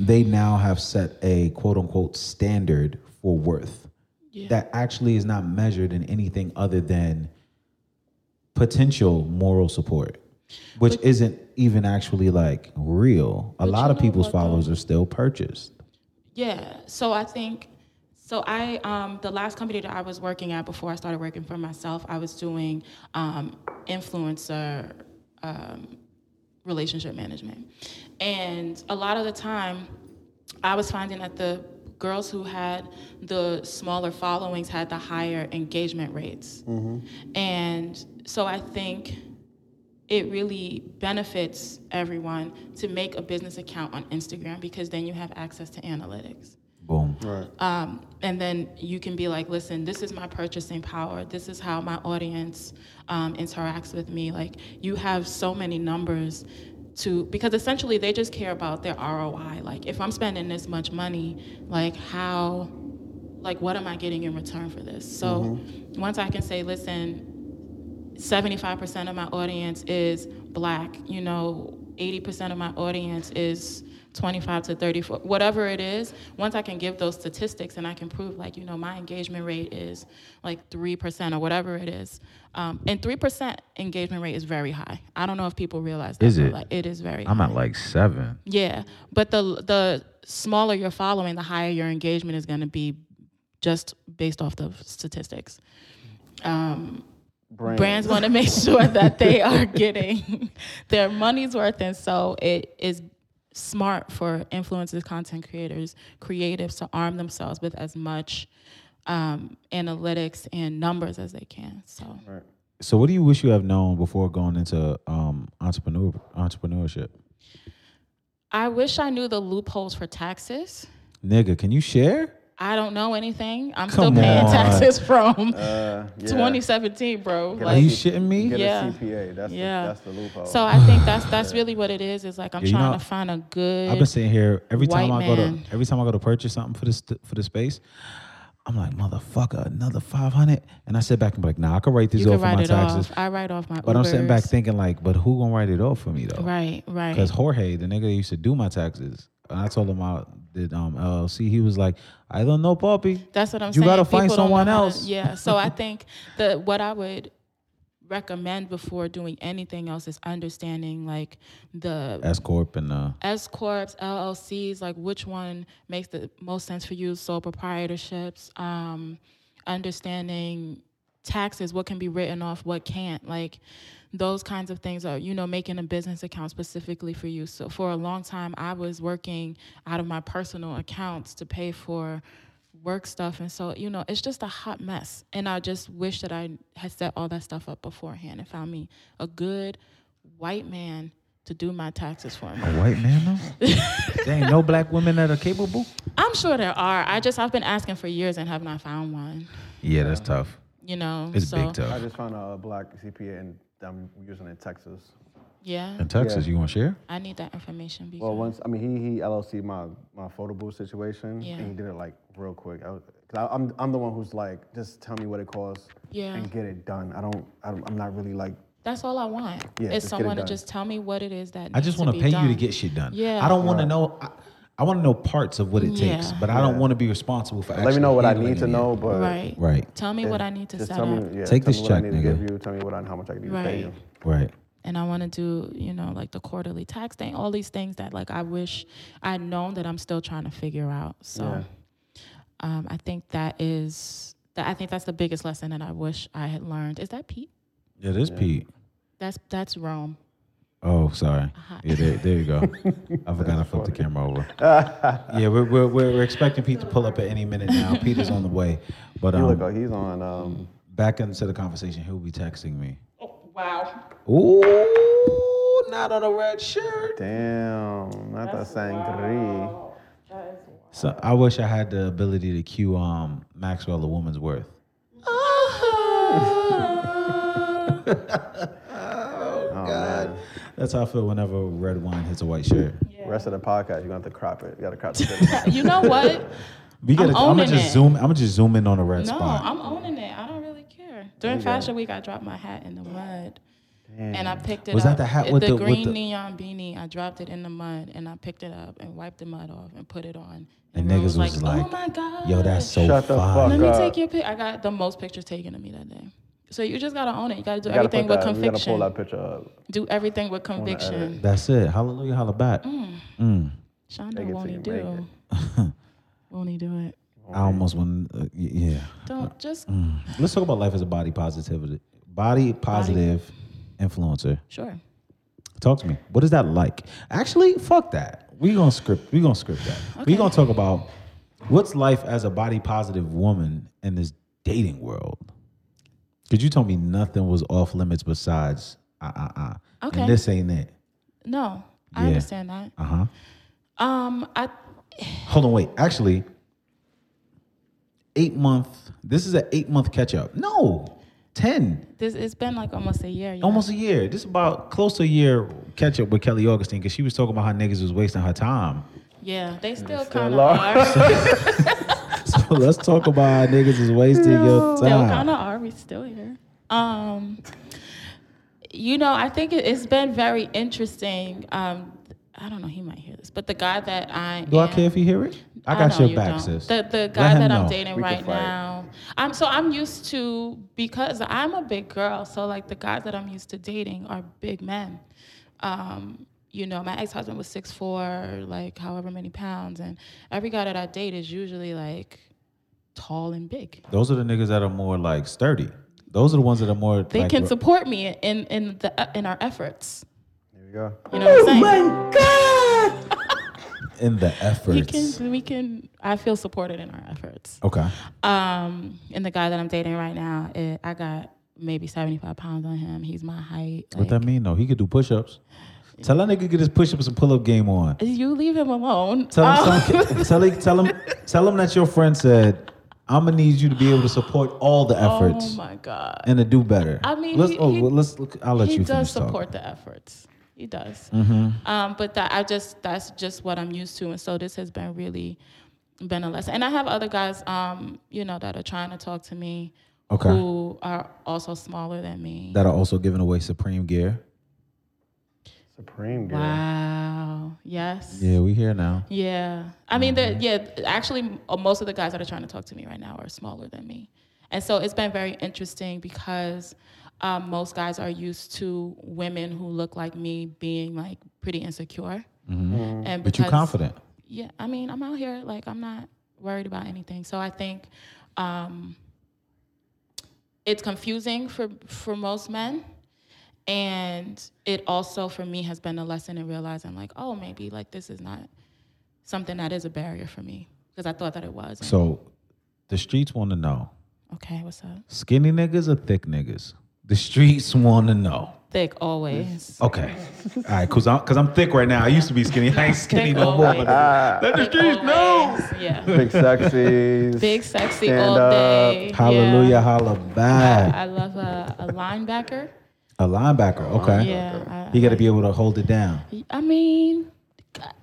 Speaker 1: they now have set a quote unquote standard for worth
Speaker 3: Yeah.
Speaker 1: that actually is not measured in anything other than potential moral support, which isn't even actually like real. A lot
Speaker 3: you
Speaker 1: of
Speaker 3: know
Speaker 1: people's
Speaker 3: what, though?
Speaker 1: followers are still purchased.
Speaker 3: Yeah. So I think so I um the last company that I was working at before I started working for myself, I was doing um influencer um relationship management. And a lot of the time I was finding that the girls who had the smaller followings had the higher engagement rates. And so I think it really benefits everyone to make a business account on Instagram because then you have access to analytics.
Speaker 1: Boom.
Speaker 2: Right.
Speaker 3: Um, and then you can be like, listen, this is my purchasing power. This is how my audience um, interacts with me. Like, you have so many numbers to, because essentially they just care about their ROI. Like, if I'm spending this much money, like, how like, what am I getting in return for this? So
Speaker 4: Mm-hmm.
Speaker 3: once I can say, listen, 75% of my audience is black, you know, 80% of my audience is 25 to 34, whatever it is. Once I can give those statistics and I can prove, like, you know, my engagement rate is like 3% or whatever it is. Um, and 3% engagement rate is very high. I don't know if people realize that.
Speaker 4: Is
Speaker 3: but,
Speaker 4: it?
Speaker 3: Like, it is very
Speaker 4: I'm
Speaker 3: high.
Speaker 4: at like seven.
Speaker 3: Yeah, but the the smaller your following, the higher your engagement is going to be, just based off the statistics. Um,
Speaker 2: Brands.
Speaker 3: brands want to make sure that they are getting their money's worth, and so it is smart for influencers, content creators, creatives to arm themselves with as much um, analytics and numbers as they can. So
Speaker 1: So, what do you wish you have known before going into um, entrepreneur entrepreneurship?
Speaker 3: I wish I knew the loopholes for taxes.
Speaker 1: Nigga, can you share?
Speaker 3: I don't know anything. I'm
Speaker 1: Come
Speaker 3: still paying
Speaker 1: on.
Speaker 3: taxes from
Speaker 2: Uh, yeah.
Speaker 3: 2017, bro.
Speaker 1: Are
Speaker 3: Like,
Speaker 1: you shitting me?
Speaker 2: Get
Speaker 3: Yeah.
Speaker 2: a CPA. That's,
Speaker 3: Yeah.
Speaker 2: the, that's the loophole.
Speaker 3: so I think that's that's really what it is. Is like I'm
Speaker 1: Yeah, you
Speaker 3: trying
Speaker 1: know,
Speaker 3: to find a good.
Speaker 1: I've been sitting here every time
Speaker 3: White
Speaker 1: I go
Speaker 3: man.
Speaker 1: to every time I go to purchase something for this for the space. I'm like motherfucker, another five hundred, and I sit back and be like, nah, I can write these
Speaker 3: you can
Speaker 1: off for
Speaker 3: write
Speaker 1: my
Speaker 3: it
Speaker 1: taxes.
Speaker 3: off. I write off my.
Speaker 1: But I'm sitting back
Speaker 3: Ubers.
Speaker 1: thinking like, but who gonna write it off for me though?
Speaker 3: Right, right.
Speaker 1: Because Jorge, the nigga that used to do my taxes, and I told him I did um, LLC. He was like, I don't know, puppy.
Speaker 3: That's what I'm
Speaker 1: You
Speaker 3: saying.
Speaker 1: gotta find
Speaker 3: People don't know
Speaker 1: someone
Speaker 3: how to-
Speaker 1: else.
Speaker 3: yeah. So I think that what I would recommend before doing anything else is understanding like the
Speaker 1: S corp and uh,
Speaker 3: S corps, LLCs, like which one makes the most sense for you? Sole proprietorships, um, understanding taxes, what can be written off, what can't, like those kinds of things are you know making a business account specifically for you. So for a long time, I was working out of my personal accounts to pay for work stuff, and so you know it's just a hot mess. And I just wish that I had set all that stuff up beforehand and found me a good white man to do my taxes for me.
Speaker 1: a white man though. there ain't no black women that are capable.
Speaker 3: I'm sure there are. I just I've been asking for years and have not found one.
Speaker 4: Yeah, that's tough.
Speaker 3: You know,
Speaker 4: It's
Speaker 3: so
Speaker 4: big
Speaker 2: I
Speaker 4: tough.
Speaker 2: just found a black CPA and I'm using it in Texas.
Speaker 3: yeah,
Speaker 1: In Texas,
Speaker 2: Yeah.
Speaker 1: you want to share?
Speaker 3: I need that information because
Speaker 2: Well, once I mean he he LLC my my photo booth situation,
Speaker 3: Yeah.
Speaker 2: and he did it like real quick. I was, cause I, am I'm the one who's like, just tell me what it costs,
Speaker 3: Yeah.
Speaker 2: and get it done. I don't, I don't I'm not really like
Speaker 3: that's all I want
Speaker 2: Yeah, just get
Speaker 3: is
Speaker 2: it
Speaker 3: someone to
Speaker 2: done.
Speaker 3: just tell me what it is that
Speaker 1: I just
Speaker 3: want to
Speaker 1: pay
Speaker 3: done.
Speaker 1: you to get shit done.
Speaker 3: Yeah.
Speaker 1: I don't want to know. I, I want to know parts of what it takes,
Speaker 3: Yeah.
Speaker 1: but I don't want to be responsible for.
Speaker 2: let me
Speaker 1: actually
Speaker 2: know what I
Speaker 1: handling
Speaker 2: need to
Speaker 1: it.
Speaker 2: know, but
Speaker 3: right.
Speaker 1: Right.
Speaker 3: Tell me what I need to
Speaker 2: just
Speaker 3: set
Speaker 2: tell
Speaker 3: up,
Speaker 2: me, yeah,
Speaker 1: Take
Speaker 2: tell
Speaker 1: this
Speaker 2: me
Speaker 1: check,
Speaker 2: what I need to
Speaker 1: nigga.
Speaker 2: give you. Tell me what I, how much I need to pay
Speaker 3: right?
Speaker 2: you.
Speaker 1: Right.
Speaker 3: And I want to do you know like the quarterly tax thing, all these things that like I wish I'd known that I'm still trying to figure out. So
Speaker 2: Yeah.
Speaker 3: um, I think that is that I think that's the biggest lesson that I wish I had learned. Is that Pete?
Speaker 1: Yeah, this Pete.
Speaker 3: That's that's Rome.
Speaker 1: Oh, sorry.
Speaker 3: Uh-huh.
Speaker 1: Yeah, there, there you go. I forgot I flipped the camera over. yeah, we're, we're, we're we're expecting Pete to pull up at any minute now. Pete is on the way, but
Speaker 2: He look
Speaker 1: um,
Speaker 2: like he's on. Um,
Speaker 1: back into the conversation, he'll be texting me.
Speaker 3: Wow.
Speaker 1: Ooh, not on a red shirt.
Speaker 2: damn, not that sangria.
Speaker 1: So I wish I had the ability to cue um Maxwell a woman's worth.
Speaker 2: Oh man,
Speaker 1: That's how I feel whenever red wine hits a white shirt.
Speaker 2: rest of the podcast, you are gonna have to crop it. You gotta crop it.
Speaker 3: you know what?
Speaker 1: We gotta, I'm, gonna
Speaker 3: owning
Speaker 1: just
Speaker 3: it.
Speaker 1: zoom. I'm gonna just zoom in on a red
Speaker 3: No,
Speaker 1: spot.
Speaker 3: I'm owning it. I don't really care. During Fashion Week, I dropped my hat in the mud, and I picked it
Speaker 1: Was
Speaker 3: up.
Speaker 1: that the hat
Speaker 3: It-
Speaker 1: with the- with
Speaker 3: green
Speaker 1: the-
Speaker 3: neon beanie? I dropped it in the mud, and I picked it up and wiped the mud off and put it on.
Speaker 1: And
Speaker 3: everyone
Speaker 1: niggas was like,
Speaker 3: "Oh my god,
Speaker 1: Yo, that's so
Speaker 2: Shut the
Speaker 1: fire.
Speaker 2: fuck
Speaker 3: Let me
Speaker 2: God.
Speaker 3: take your pic. I got the most pictures taken of me that day. So you just gotta own it. You gotta do
Speaker 2: You gotta,
Speaker 3: everything
Speaker 2: put that,
Speaker 3: with
Speaker 2: you gotta pull that
Speaker 3: conviction.
Speaker 2: picture up.
Speaker 3: Do everything with conviction.
Speaker 1: That's it. Hallelujah, holla back. Mm.
Speaker 3: Shonda
Speaker 2: Make it
Speaker 3: won't
Speaker 2: till
Speaker 3: he
Speaker 2: you make
Speaker 3: do? won't he do it?
Speaker 1: I almost want. Uh, y- yeah.
Speaker 3: Don't just
Speaker 1: Let's talk about life as a body positivity, body positive influencer.
Speaker 3: sure.
Speaker 1: Talk to me. What is that like? Actually, fuck that. We gonna script. We gonna script that. We
Speaker 3: Okay.
Speaker 1: gonna talk about what's life as a body positive woman in this dating world. Cause you told me nothing was off limits besides uh uh uh.
Speaker 3: Okay.
Speaker 1: And this ain't it.
Speaker 3: No, I
Speaker 1: Yeah.
Speaker 3: understand that.
Speaker 1: Uh huh.
Speaker 3: Um, I
Speaker 1: Hold on, wait. Actually, eight month. This is an eight month catch up. No, ten.
Speaker 3: this it's been like almost a year. yeah.
Speaker 1: Almost a year. This is about close to a year catch up with Kelly Augustine because she was talking about how niggas was wasting her time.
Speaker 3: Yeah, they
Speaker 2: Still
Speaker 3: still kind of are.
Speaker 1: so let's talk about how niggas is wasting your
Speaker 3: Still kind
Speaker 1: time.
Speaker 3: of are. We still here. Um, you know, I think it, it's been very interesting. Um, I don't know. He might hear this, but the guy that I
Speaker 1: Do I
Speaker 3: am-
Speaker 1: care if you hear it? I got
Speaker 3: know
Speaker 1: your
Speaker 3: you
Speaker 1: back,
Speaker 3: don't.
Speaker 1: sis.
Speaker 3: The the
Speaker 1: Let
Speaker 3: guy
Speaker 1: him
Speaker 3: that I'm
Speaker 1: know.
Speaker 3: dating
Speaker 2: We can
Speaker 3: right
Speaker 2: fight.
Speaker 3: now. I'm so I'm used to because I'm a big girl. So like the guys that I'm used to dating are big men. Um, you know, my ex husband was six four, like however many pounds, and every guy that I date is usually like tall and big.
Speaker 1: Those are the niggas that are more like sturdy. Those are the ones that are more.
Speaker 3: They
Speaker 1: like,
Speaker 3: can
Speaker 1: re-
Speaker 3: support me in in the in our efforts.
Speaker 2: There you go.
Speaker 3: You know
Speaker 1: Oh
Speaker 3: what I'm saying?
Speaker 1: in the
Speaker 3: we
Speaker 1: efforts.
Speaker 3: can we can. I feel supported in our efforts.
Speaker 1: Okay.
Speaker 3: Um, and the guy that I'm dating right now, it, I got maybe 75 pounds on him. He's my height.
Speaker 1: What
Speaker 3: like,
Speaker 1: that mean though? He could do push-ups. Tell that nigga get his push-ups and pull-up game on.
Speaker 3: you leave him alone.
Speaker 1: Tell him,
Speaker 3: Um,
Speaker 1: some- tell, him, tell him, tell him that your friend said, "I'm gonna need you to be able to support all the
Speaker 3: oh
Speaker 1: efforts
Speaker 3: my God.
Speaker 1: and to do better."
Speaker 3: I mean,
Speaker 1: let's.
Speaker 3: he-
Speaker 1: oh,
Speaker 3: he-
Speaker 1: well, let's. Look, I'll let
Speaker 3: he
Speaker 1: you
Speaker 3: does
Speaker 1: finish talking. Mm-hmm.
Speaker 3: support the efforts. He does. Um, but that I just that's just what I'm used to, and so this has been really been a lesson. And I have other guys, um, you know, that are trying to talk to me,
Speaker 1: Okay.
Speaker 3: who are also smaller than me.
Speaker 1: That are also giving away Supreme gear.
Speaker 2: Supreme girl.
Speaker 3: wow. Yes.
Speaker 1: Yeah, we here now.
Speaker 3: Yeah. I mean, the, yeah, actually, uh, most of the guys that are trying to talk to me right now are smaller than me. And so it's been very interesting because um, most guys are used to women who look like me being like pretty insecure. And
Speaker 1: But you
Speaker 3: because-
Speaker 1: confident?
Speaker 3: Yeah. I mean, I'm out here, like, I'm not worried about anything. So I think um, it's confusing for, for most men. And it also, for me, has been a lesson in realizing, like, oh, maybe like this is not something that is a barrier for me because I thought that it was.
Speaker 1: So, the streets want to know:
Speaker 3: okay, what's up?
Speaker 1: skinny niggas or thick niggas? The streets want to know.
Speaker 3: Thick always.
Speaker 1: Okay. All right, cause I'm cause I'm thick right now. I used to be skinny. I ain't skinny
Speaker 3: Thick
Speaker 1: no more.
Speaker 3: always.
Speaker 1: Let the streets know.
Speaker 3: Always, Yeah.
Speaker 2: Ah, Big sexies.
Speaker 3: Big sexy
Speaker 2: Stand
Speaker 3: all
Speaker 2: up.
Speaker 3: day. yeah.
Speaker 1: Hallelujah, holla back.
Speaker 3: I love a, a linebacker.
Speaker 1: A linebacker. Okay.
Speaker 3: Yeah.
Speaker 1: He got to be able to hold it down.
Speaker 3: I, I mean,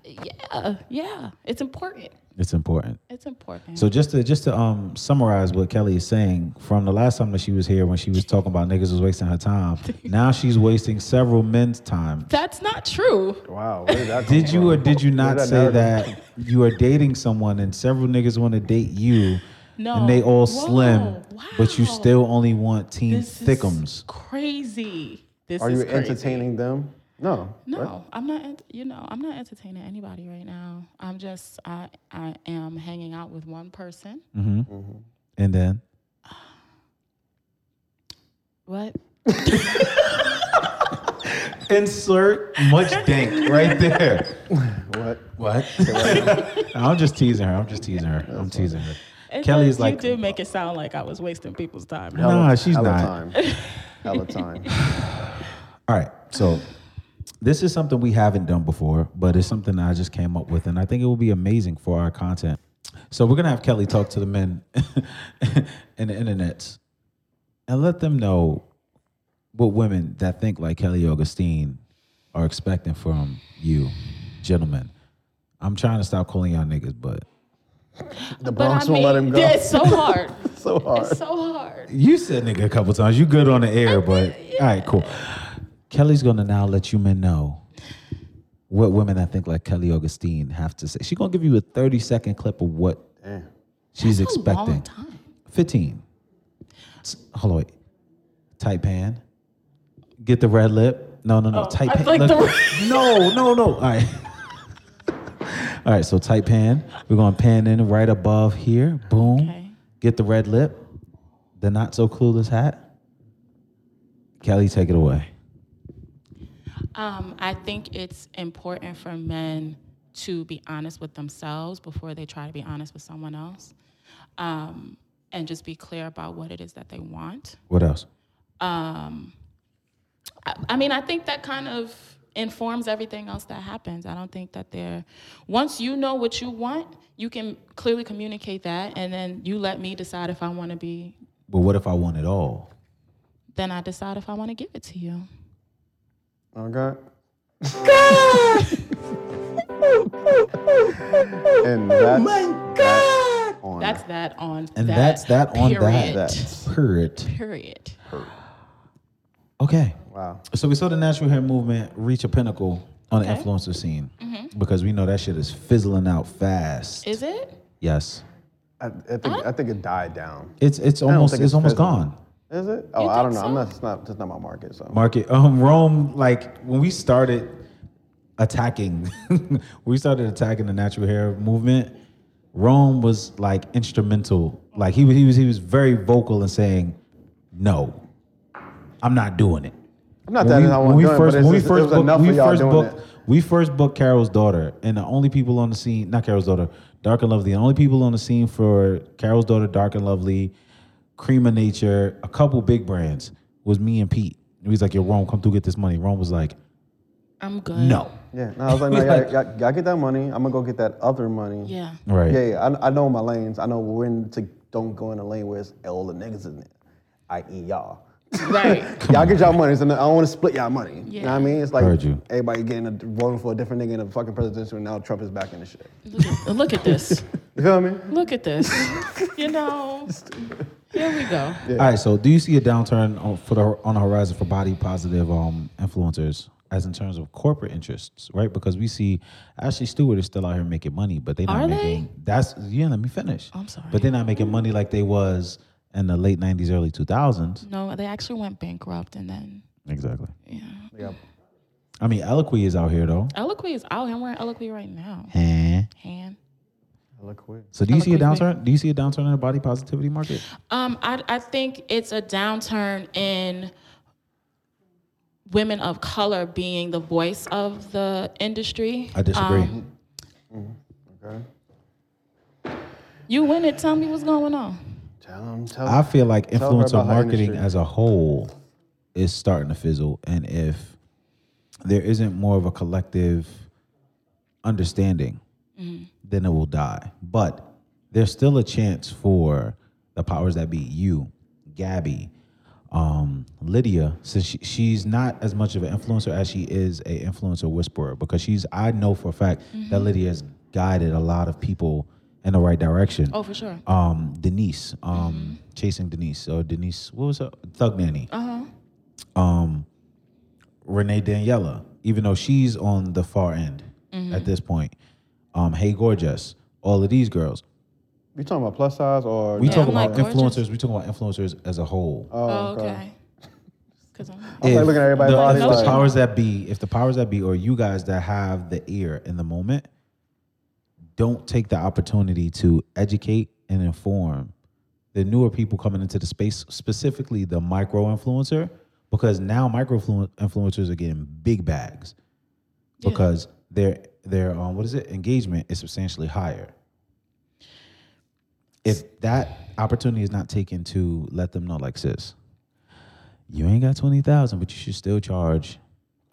Speaker 3: yeah, yeah. It's important.
Speaker 1: It's important.
Speaker 3: It's important.
Speaker 1: So just to just to um summarize what Kelly is saying from the last time that she was here when she was talking about niggas was wasting her time, now she's wasting several men's time.
Speaker 3: That's not true.
Speaker 2: Wow. Where did that come
Speaker 1: Did you or
Speaker 2: from?
Speaker 1: did you
Speaker 2: Where
Speaker 1: not
Speaker 2: did
Speaker 1: say
Speaker 2: narrative-
Speaker 1: that you are dating someone and several niggas want to date you?
Speaker 3: No.
Speaker 1: And they all
Speaker 3: Whoa,
Speaker 1: slim, but you
Speaker 3: wow.
Speaker 1: still only want teen
Speaker 3: This is
Speaker 1: thickums.
Speaker 3: Crazy. This
Speaker 2: Are
Speaker 3: is
Speaker 2: you
Speaker 3: crazy.
Speaker 2: entertaining them? No.
Speaker 3: No,
Speaker 2: right?
Speaker 3: I'm not. ent- You know, I'm not entertaining anybody right now. I'm just. I I am hanging out with one person.
Speaker 1: Mm-hmm. And then
Speaker 3: What?
Speaker 1: insert much dank right there.
Speaker 2: What?
Speaker 1: What? I'm just teasing her. I'm just teasing her. I'm teasing her.
Speaker 3: It's
Speaker 1: Kelly
Speaker 3: like,
Speaker 1: is like,
Speaker 3: You did make it sound like I was wasting people's time.
Speaker 1: nah, she's
Speaker 2: Hella
Speaker 1: not.
Speaker 2: time. Hella time.
Speaker 1: All right. So this is something we haven't done before, but it's something that I just came up with, and I think it will be amazing for our content. So we're gonna have Kelly talk to the men in the internets and let them know what women that think like Kelly Augustine are expecting from you, gentlemen. I'm trying to stop calling y'all niggas, but
Speaker 2: The
Speaker 3: But
Speaker 2: Bronx
Speaker 3: I mean,
Speaker 2: won't let him go.
Speaker 3: yeah, It's so hard.
Speaker 2: So hard.
Speaker 3: it's so hard.
Speaker 1: you said nigga a couple times. You good on the air, but all right, cool. Kelly's gonna now let you men know what women I think like Kelly Augustine have to say. She's gonna give you a 30 second clip of what
Speaker 2: Damn.
Speaker 1: she's
Speaker 3: It's a long
Speaker 1: expecting.
Speaker 3: time.
Speaker 1: 15. S- Hold on, wait. Tight pan. Get the red lip. No, no, no. tight
Speaker 3: Oh, I
Speaker 1: pan.
Speaker 3: like
Speaker 1: Look-
Speaker 3: the red-
Speaker 1: no, no, no. All right. All right, so tight pan. We're gonna pan in right above here. Boom.
Speaker 3: Okay.
Speaker 1: Get the red lip. The not so clueless hat. Kelly, take it away.
Speaker 3: Um, I think it's important for men to be honest with themselves before they try to be honest with someone else, um, and just be clear about what it is that they want.
Speaker 1: What else?
Speaker 3: I, I mean, I think that kind of informs everything else that happens. I don't think that they're, once you know what you want, you can clearly communicate that, and then you let me decide if I want to be,
Speaker 1: But what if I want it all?
Speaker 3: then I decide if I want to give it to you.
Speaker 2: Oh God. and that's, oh my God. on
Speaker 3: That's that on
Speaker 1: and
Speaker 3: that.
Speaker 1: that's that on that.
Speaker 3: period.
Speaker 2: That.
Speaker 1: Period.
Speaker 3: Period.
Speaker 1: Okay.
Speaker 2: Wow.
Speaker 1: So we saw the natural hair movement reach a pinnacle on the influencer scene because we know that shit is fizzling out fast.
Speaker 3: Is it?
Speaker 1: yes.
Speaker 2: I, I think I think it died down.
Speaker 1: It's it's
Speaker 2: don't
Speaker 1: almost
Speaker 2: think
Speaker 1: it's,
Speaker 2: it's
Speaker 1: almost
Speaker 2: fizzling.
Speaker 1: gone.
Speaker 2: Is it? Oh,
Speaker 3: You
Speaker 2: I don't know.
Speaker 3: think
Speaker 2: I'm
Speaker 3: so?
Speaker 2: not. It's not. It's not my market. So.
Speaker 1: Market um Rome like when we started attacking we started attacking the natural hair movement. Rome was like instrumental. Like he was he was he was very vocal in saying, No, I'm not doing it.
Speaker 2: I'm not that. I want
Speaker 1: we
Speaker 2: to do it, but
Speaker 1: first,
Speaker 2: it's
Speaker 1: when we
Speaker 2: just- it
Speaker 1: first
Speaker 2: was
Speaker 1: booked-
Speaker 2: enough
Speaker 1: we
Speaker 2: for y'all
Speaker 1: first
Speaker 2: doing
Speaker 1: booked-
Speaker 2: it.
Speaker 1: we first booked Carol's daughter, and the only people on the scene, not Carol's daughter, Dark and Lovely, the only people on the scene for Carol's daughter, Dark and Lovely, Cream of Nature, a couple big brands, was me and Pete. And we was like, yo, Rome, come through, get this money. Rome was like,
Speaker 3: I'm good.
Speaker 1: no.
Speaker 2: Yeah. No, I was like, no,
Speaker 1: Like-
Speaker 2: y'all, y'all, y'all get that money. I'm gonna go get that other money.
Speaker 3: Yeah.
Speaker 1: Right.
Speaker 2: Yeah, yeah. I, I know my lanes. I know when to don't go in a lane where it's all the niggas in it, i.e. y'all.
Speaker 3: Right.
Speaker 2: y'all get y'all money. So I don't want to split y'all money. You know what I
Speaker 3: Yeah.
Speaker 2: mean? It's like
Speaker 1: Heard you.
Speaker 2: everybody getting a, voting for a different nigga in the fucking presidential, and now Trump is back in the shit.
Speaker 3: Look at, look at this.
Speaker 2: You feel me?
Speaker 3: Look at this. You know. Here we go.
Speaker 1: All right, so do you see a downturn on, for the, on the horizon for body positive um, influencers? As in terms of corporate interests, right? Because we see Ashley Stewart is still out here making money, but they not
Speaker 3: Are they?
Speaker 1: making. That's yeah. Let me finish.
Speaker 3: I'm sorry.
Speaker 1: But they're not making money like they was in the late '90s, early 2000s.
Speaker 3: No, they actually went bankrupt and then
Speaker 1: Exactly.
Speaker 3: yeah.
Speaker 2: Yeah.
Speaker 1: I mean, Eloquy is out here though.
Speaker 3: Eloquy is out. I'm wearing Eloquy right now.
Speaker 1: Eh.
Speaker 3: Hand.
Speaker 2: Look quick.
Speaker 1: So do you see a
Speaker 3: Eloquy's
Speaker 1: downturn? Do you see a downturn in the body positivity market?
Speaker 3: Um, I, I think it's a downturn in women of color being the voice of the industry.
Speaker 1: I disagree.
Speaker 3: Um,
Speaker 2: Okay.
Speaker 3: You win it. Tell me what's going on.
Speaker 2: Tell him. Tell
Speaker 1: I feel like
Speaker 2: Tell her
Speaker 1: influencer
Speaker 2: about her
Speaker 1: marketing
Speaker 2: industry.
Speaker 1: as a whole is starting to fizzle, and if there isn't more of a collective understanding, then it will die. But there's still a chance for the powers that be, you, Gabby, um, Lydia, since she, she's not as much of an influencer as she is a influencer whisperer, because she's I know for a fact that Lydia has guided a lot of people in the right direction
Speaker 3: Oh, for sure.
Speaker 1: um Denise,
Speaker 3: Mm-hmm.
Speaker 1: um chasing Denise or Denise, what was her Thug Nanny? Uh-huh. Um Renee Daniela, even though she's on the far end
Speaker 3: Mm-hmm.
Speaker 1: at this point. Um Hey Gorgeous, all of these girls.
Speaker 2: You talking about plus size or?
Speaker 1: We
Speaker 3: Yeah,
Speaker 1: talk
Speaker 3: I'm like
Speaker 1: about
Speaker 3: Gorgeous.
Speaker 1: influencers, we talk about influencers as a whole.
Speaker 2: Oh, okay.
Speaker 3: okay. 'Cause I'm-
Speaker 2: I'm like looking at everybody's
Speaker 1: the,
Speaker 2: body
Speaker 1: if the
Speaker 2: like-
Speaker 1: powers that be, if the powers that be or you guys that have the ear in the moment don't take the opportunity to educate and inform the newer people coming into the space, specifically the micro influencer, because now micro influ- influencers are getting big bags
Speaker 3: Yeah.
Speaker 1: because their their um what is it engagement is substantially higher. If that opportunity is not taken to let them know, like sis, you ain't got twenty thousand, but you should still charge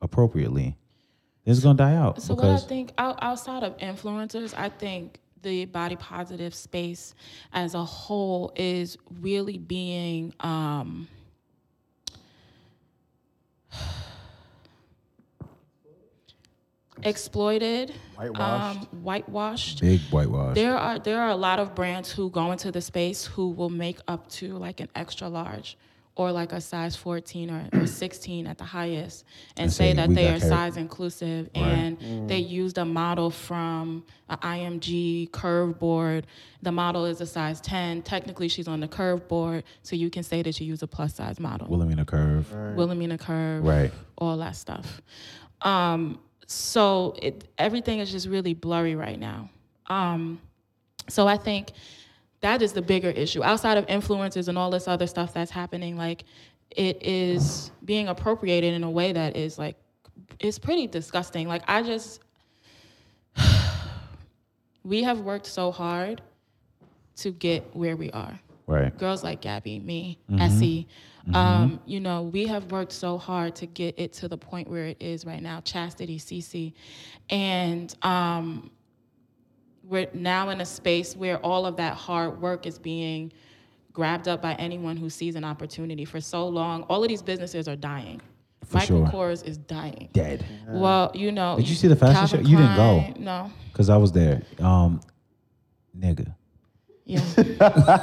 Speaker 1: appropriately. This is gonna die out
Speaker 3: So what I
Speaker 1: because
Speaker 3: think out, outside of influencers, I think the body positive space as a whole is really being um, exploited,
Speaker 2: Whitewashed.
Speaker 3: um, whitewashed.
Speaker 1: big whitewash.
Speaker 3: There are there are a lot of brands who go into the space who will make up to like an extra large or like a size 14 or, or 16 at the highest and, say,
Speaker 1: say,
Speaker 3: that
Speaker 1: "We
Speaker 3: they
Speaker 1: got
Speaker 3: are
Speaker 1: carrot."
Speaker 3: size inclusive and they used a model from a IMG curve board. The model is a size 10. Technically she's on the curve board, so you can say that you use a plus size model.
Speaker 1: Wilhelmina curve.
Speaker 3: Wilhelmina curve,
Speaker 1: Right.
Speaker 3: All that stuff. Um, so it, everything is just really blurry right now. Um, so I think that is the bigger issue outside of influences and all this other stuff that's happening. Like it is being appropriated in a way that is like it's pretty disgusting. Like I just we have worked so hard to get where we are
Speaker 1: Right.
Speaker 3: girls like Gabby, me,
Speaker 1: Mm-hmm.
Speaker 3: Essie, um, you know, we have worked so hard to get it to the point where it is right now. Chastity, Cece, and um, we're now in a space where all of that hard work is being grabbed up by anyone who sees an opportunity. For so long, all of these businesses are dying.
Speaker 1: For
Speaker 3: Michael
Speaker 1: sure.
Speaker 3: Kors is dying.
Speaker 1: Dead.
Speaker 3: Well, you know.
Speaker 1: Did you see the fashion
Speaker 3: Calvin
Speaker 1: show? You didn't go.
Speaker 3: Klein- No.
Speaker 1: Cause I was there. Um nigga.
Speaker 3: Yeah.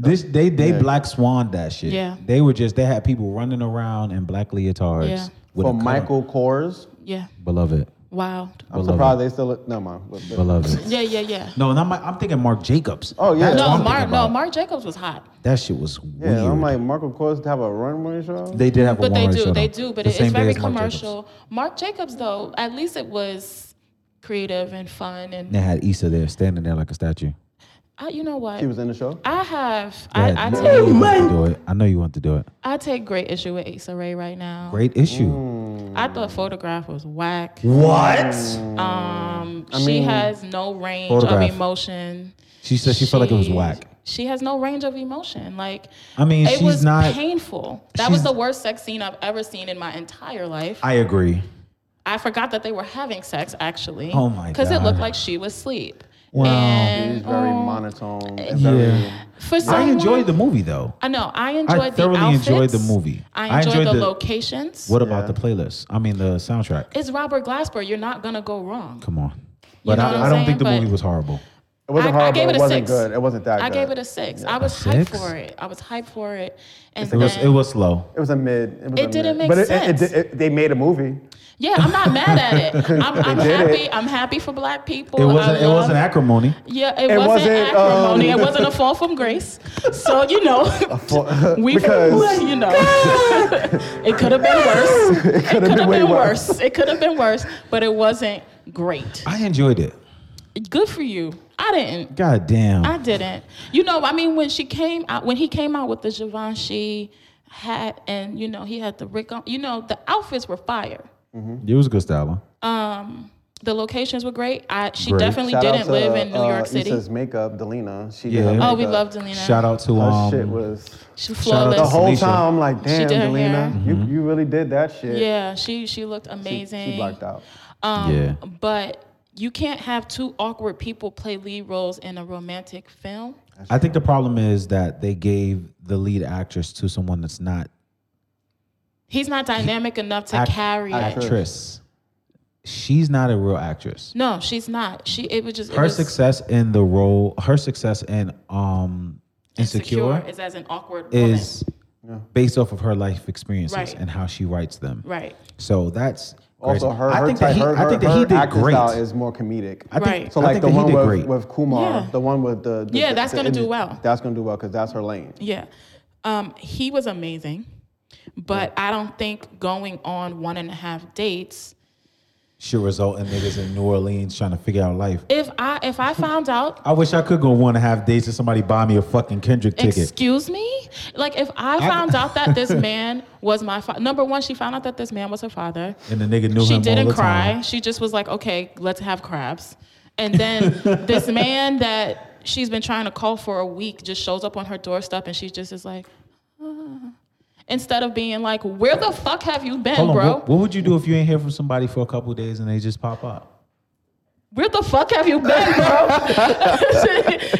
Speaker 1: This they they black swan that shit.
Speaker 3: Yeah.
Speaker 1: They were just they had people running around in black leotards.
Speaker 3: Yeah.
Speaker 1: With a
Speaker 2: For
Speaker 1: color-
Speaker 2: Michael Kors.
Speaker 3: yeah.
Speaker 1: Beloved.
Speaker 3: Wow.
Speaker 2: I'm
Speaker 1: Beloved.
Speaker 2: surprised they still. No, mind. But- but-
Speaker 1: Beloved.
Speaker 3: Yeah, yeah, yeah.
Speaker 1: No, and I'm I'm thinking Mark Jacobs.
Speaker 2: Oh, yeah.
Speaker 1: That's
Speaker 2: No,
Speaker 1: what
Speaker 3: No,
Speaker 1: I'm
Speaker 3: Mark.
Speaker 1: thinking
Speaker 3: No,
Speaker 1: about.
Speaker 3: Mark Jacobs was hot.
Speaker 1: That shit was
Speaker 2: Yeah,
Speaker 1: weird.
Speaker 2: I'm like Michael Kors to have a runway show.
Speaker 1: they did have a
Speaker 3: But they
Speaker 1: Warren
Speaker 3: do,
Speaker 1: show,
Speaker 3: they
Speaker 1: though.
Speaker 3: do. But
Speaker 1: The
Speaker 3: it,
Speaker 1: same
Speaker 3: it's
Speaker 1: day
Speaker 3: very
Speaker 1: as Marc Jacobs.
Speaker 3: commercial. Mark Jacobs, though, at least it was creative and fun. And
Speaker 1: They had Issa there standing there like a statue.
Speaker 3: I, you know what?
Speaker 2: She was in the show.
Speaker 3: I have.
Speaker 1: Go ahead.
Speaker 3: I, I,
Speaker 1: I know you
Speaker 3: take,
Speaker 1: want to do it. I know you want to do it.
Speaker 3: I take great issue with Issa Rae right now.
Speaker 1: Great issue.
Speaker 2: Mm.
Speaker 3: I thought Photograph was whack.
Speaker 1: What?
Speaker 3: Um, she has no range
Speaker 1: Photograph.
Speaker 3: of emotion.
Speaker 1: She said she felt like it was
Speaker 3: She-
Speaker 1: whack.
Speaker 3: She has no range of emotion. Like
Speaker 1: I mean,
Speaker 3: it
Speaker 1: she's
Speaker 3: was
Speaker 1: not-
Speaker 3: painful. That was
Speaker 1: she's-
Speaker 3: the worst sex scene I've ever seen in my entire life. I,
Speaker 1: I agree.
Speaker 3: forgot that they were having sex actually.
Speaker 1: Oh my
Speaker 3: Because it
Speaker 1: God.
Speaker 3: looked like she was asleep.
Speaker 1: Wow.
Speaker 2: She's
Speaker 3: And
Speaker 2: very
Speaker 3: oh,
Speaker 2: monotone. and
Speaker 1: Yeah.
Speaker 2: Very,
Speaker 3: for
Speaker 1: I
Speaker 3: someone,
Speaker 1: enjoyed the movie though.
Speaker 3: I know. I enjoyed
Speaker 1: I
Speaker 3: the
Speaker 1: thoroughly
Speaker 3: outfits.
Speaker 1: enjoyed the movie.
Speaker 3: I enjoyed, the, locations.
Speaker 1: What about
Speaker 2: Yeah.
Speaker 1: the playlist? I mean the soundtrack.
Speaker 3: It's Robert Glasper. You're not gonna go wrong.
Speaker 1: Come on. But
Speaker 3: know
Speaker 1: I,
Speaker 3: what I'm
Speaker 1: I don't
Speaker 3: saying?
Speaker 1: think the
Speaker 3: But-
Speaker 1: movie was horrible.
Speaker 2: It wasn't
Speaker 3: I- I
Speaker 2: horrible.
Speaker 3: gave it a
Speaker 2: wasn't
Speaker 3: six.
Speaker 2: good. It wasn't that
Speaker 3: I
Speaker 2: good.
Speaker 3: gave it a six. I was
Speaker 1: A
Speaker 3: hyped
Speaker 1: six?
Speaker 3: for it. I was hyped for it. And
Speaker 1: It was
Speaker 3: then-
Speaker 1: it was slow.
Speaker 2: It was a mid. It, was
Speaker 3: It
Speaker 2: a
Speaker 3: didn't
Speaker 2: mid.
Speaker 3: make
Speaker 2: but it-
Speaker 3: sense.
Speaker 2: It, it, it, they made a movie.
Speaker 3: yeah, I'm not mad at it. I'm, I'm
Speaker 2: did
Speaker 3: happy.
Speaker 2: it.
Speaker 3: I'm happy for black people.
Speaker 1: It
Speaker 3: Oh, I
Speaker 1: wasn't it
Speaker 3: love-
Speaker 1: wasn't acrimony.
Speaker 3: Yeah, it,
Speaker 2: It
Speaker 3: wasn't,
Speaker 2: wasn't, um,
Speaker 3: acrimony. it wasn't a fall from grace. So you know, we
Speaker 2: because-
Speaker 3: you know, it could have been worse. It could have been,
Speaker 2: way worse.
Speaker 3: worse. It could have been worse, but it wasn't great.
Speaker 1: I enjoyed it.
Speaker 3: Good for you. I didn't.
Speaker 1: God damn.
Speaker 3: I didn't. You know, I mean, when she came out, when he came out with the Givenchy hat, and you know, he had the Rick. On, you know, the outfits were fire.
Speaker 1: it was a good styling.
Speaker 3: Um, the locations were great. I she
Speaker 1: Great.
Speaker 3: definitely
Speaker 2: Shout out
Speaker 3: didn't
Speaker 2: to,
Speaker 3: live in New
Speaker 2: uh,
Speaker 3: York City.
Speaker 2: Issa's makeup, Delina. She
Speaker 1: Yeah.
Speaker 2: did her
Speaker 3: oh, we
Speaker 2: makeup.
Speaker 3: love Delina.
Speaker 1: Shout out to
Speaker 2: Her
Speaker 1: um
Speaker 2: shit was.
Speaker 3: She
Speaker 1: Shout out to
Speaker 2: The
Speaker 3: flawless.
Speaker 2: whole Mm-hmm.
Speaker 1: Felicia.
Speaker 2: time, I'm like, damn,
Speaker 3: did her hair.
Speaker 2: Delina, you, you really did that shit.
Speaker 3: yeah, she she looked
Speaker 2: She,
Speaker 3: amazing.
Speaker 2: she blacked out.
Speaker 3: Um,
Speaker 1: Yeah.
Speaker 3: But you can't have two awkward people play lead roles in a romantic film.
Speaker 1: I think the problem is that they gave the lead actress to someone that's not
Speaker 3: He's not dynamic enough to
Speaker 1: act-
Speaker 3: carry it.
Speaker 1: actress. She's not a real actress.
Speaker 3: No, she's not. She it was just it
Speaker 1: Her
Speaker 3: was
Speaker 1: success in the role, her success in um Insecure,
Speaker 3: is as an awkward woman.
Speaker 1: is based off of her life experiences
Speaker 3: Right.
Speaker 1: and how she writes them.
Speaker 3: right.
Speaker 1: So that's
Speaker 2: Also,
Speaker 1: great.
Speaker 2: her,
Speaker 1: I
Speaker 2: her,
Speaker 1: think
Speaker 2: type,
Speaker 1: that he,
Speaker 2: her,
Speaker 1: I think
Speaker 2: her-
Speaker 1: that he
Speaker 2: her
Speaker 1: did
Speaker 2: acting
Speaker 1: great.
Speaker 2: style is more comedic.
Speaker 1: I think,
Speaker 3: Right.
Speaker 2: So
Speaker 1: I
Speaker 2: like
Speaker 1: think
Speaker 2: the
Speaker 1: that
Speaker 2: one
Speaker 1: he did
Speaker 2: with,
Speaker 1: great.
Speaker 2: with Kumar,
Speaker 3: Yeah.
Speaker 2: the one with the, the-
Speaker 3: Yeah, that's
Speaker 2: the-
Speaker 3: gonna do
Speaker 2: the-
Speaker 3: well.
Speaker 2: That's gonna do well because that's her lane.
Speaker 3: Yeah. Um, he was amazing. But I don't think going on one and a half dates.
Speaker 1: should result in niggas in New Orleans trying to figure out life.
Speaker 3: If I if I found out,
Speaker 1: I wish I could go one and a half days and somebody buy me a fucking Kendrick ticket.
Speaker 3: excuse me, like if I found out that this man was my father. Number one, she found out that this man was her father.
Speaker 1: And the nigga knew
Speaker 3: She
Speaker 1: him all
Speaker 3: didn't
Speaker 1: the
Speaker 3: cry.
Speaker 1: time.
Speaker 3: She just was like, okay, let's have crabs. And then this man that she's been trying to call for a week just shows up on her doorstep and she just is like, "Ah." instead of being like, where the fuck have you been,
Speaker 1: Hold on,
Speaker 3: bro?
Speaker 1: what, what would you do if you ain't hear from somebody for a couple days and they just pop up?
Speaker 3: where the fuck have you been, bro?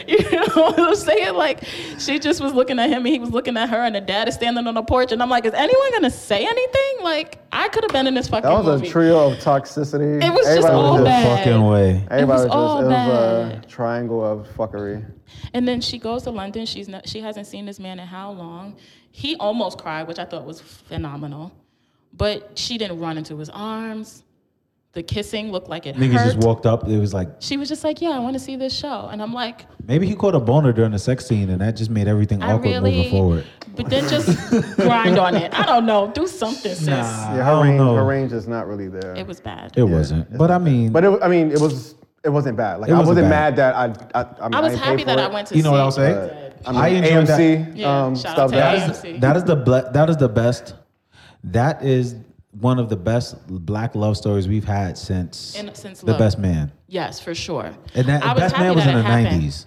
Speaker 3: you know what I'm saying? Like, she just was looking at him and he was looking at her, and the dad is standing on the porch. And I'm like, is anyone gonna say anything? Like, I could have been in this fucking
Speaker 2: That was
Speaker 3: movie.
Speaker 2: a trio of toxicity.
Speaker 3: It was just all
Speaker 1: No
Speaker 3: Oh, bad.
Speaker 1: fucking way.
Speaker 3: It was
Speaker 2: Everybody just,
Speaker 3: all
Speaker 2: it was
Speaker 3: bad.
Speaker 2: a triangle of fuckery.
Speaker 3: And then she goes to London. She's not, she hasn't seen this man in how long. He almost cried, which I thought was phenomenal. But she didn't run into his arms. The kissing looked like it
Speaker 1: Niggas
Speaker 3: hurt.
Speaker 1: just walked up. It was like
Speaker 3: she was just like, "Yeah, I want to see this show," and I'm like,
Speaker 1: maybe he caught a boner during the sex scene and that just made everything
Speaker 3: "I
Speaker 1: awkward
Speaker 3: really."
Speaker 1: moving forward.
Speaker 3: But then just grind on it. I don't know. Do something, sis.
Speaker 1: Nah,
Speaker 2: Yeah,
Speaker 1: I
Speaker 2: her
Speaker 1: don't
Speaker 2: range,
Speaker 1: know.
Speaker 2: her range is not really there.
Speaker 3: It was bad.
Speaker 1: It wasn't. But I mean,
Speaker 2: but it, wa- I mean, it was it wasn't bad. Like
Speaker 1: It
Speaker 2: I
Speaker 1: wasn't
Speaker 2: wasn't
Speaker 1: bad.
Speaker 2: mad that I I, I, mean,
Speaker 3: I was
Speaker 2: didn't pay
Speaker 3: happy
Speaker 2: for
Speaker 3: that
Speaker 2: it.
Speaker 3: I went to.
Speaker 1: you know
Speaker 3: see
Speaker 1: what I'll say?
Speaker 2: I
Speaker 1: I
Speaker 2: mean,
Speaker 1: enjoyed that.
Speaker 2: AMC
Speaker 3: Yeah,
Speaker 2: um,
Speaker 3: shout
Speaker 2: stuff
Speaker 3: out to
Speaker 2: that.
Speaker 1: That is-
Speaker 3: AMC.
Speaker 1: That is the ble- that is the best. That is one of the best black love stories we've had since,
Speaker 3: In- since
Speaker 1: the
Speaker 3: Love.
Speaker 1: best man.
Speaker 3: Yes, for sure.
Speaker 1: And that
Speaker 3: I was
Speaker 1: best
Speaker 3: happy
Speaker 1: man was
Speaker 3: that
Speaker 1: in the
Speaker 3: it happened.
Speaker 1: nineties.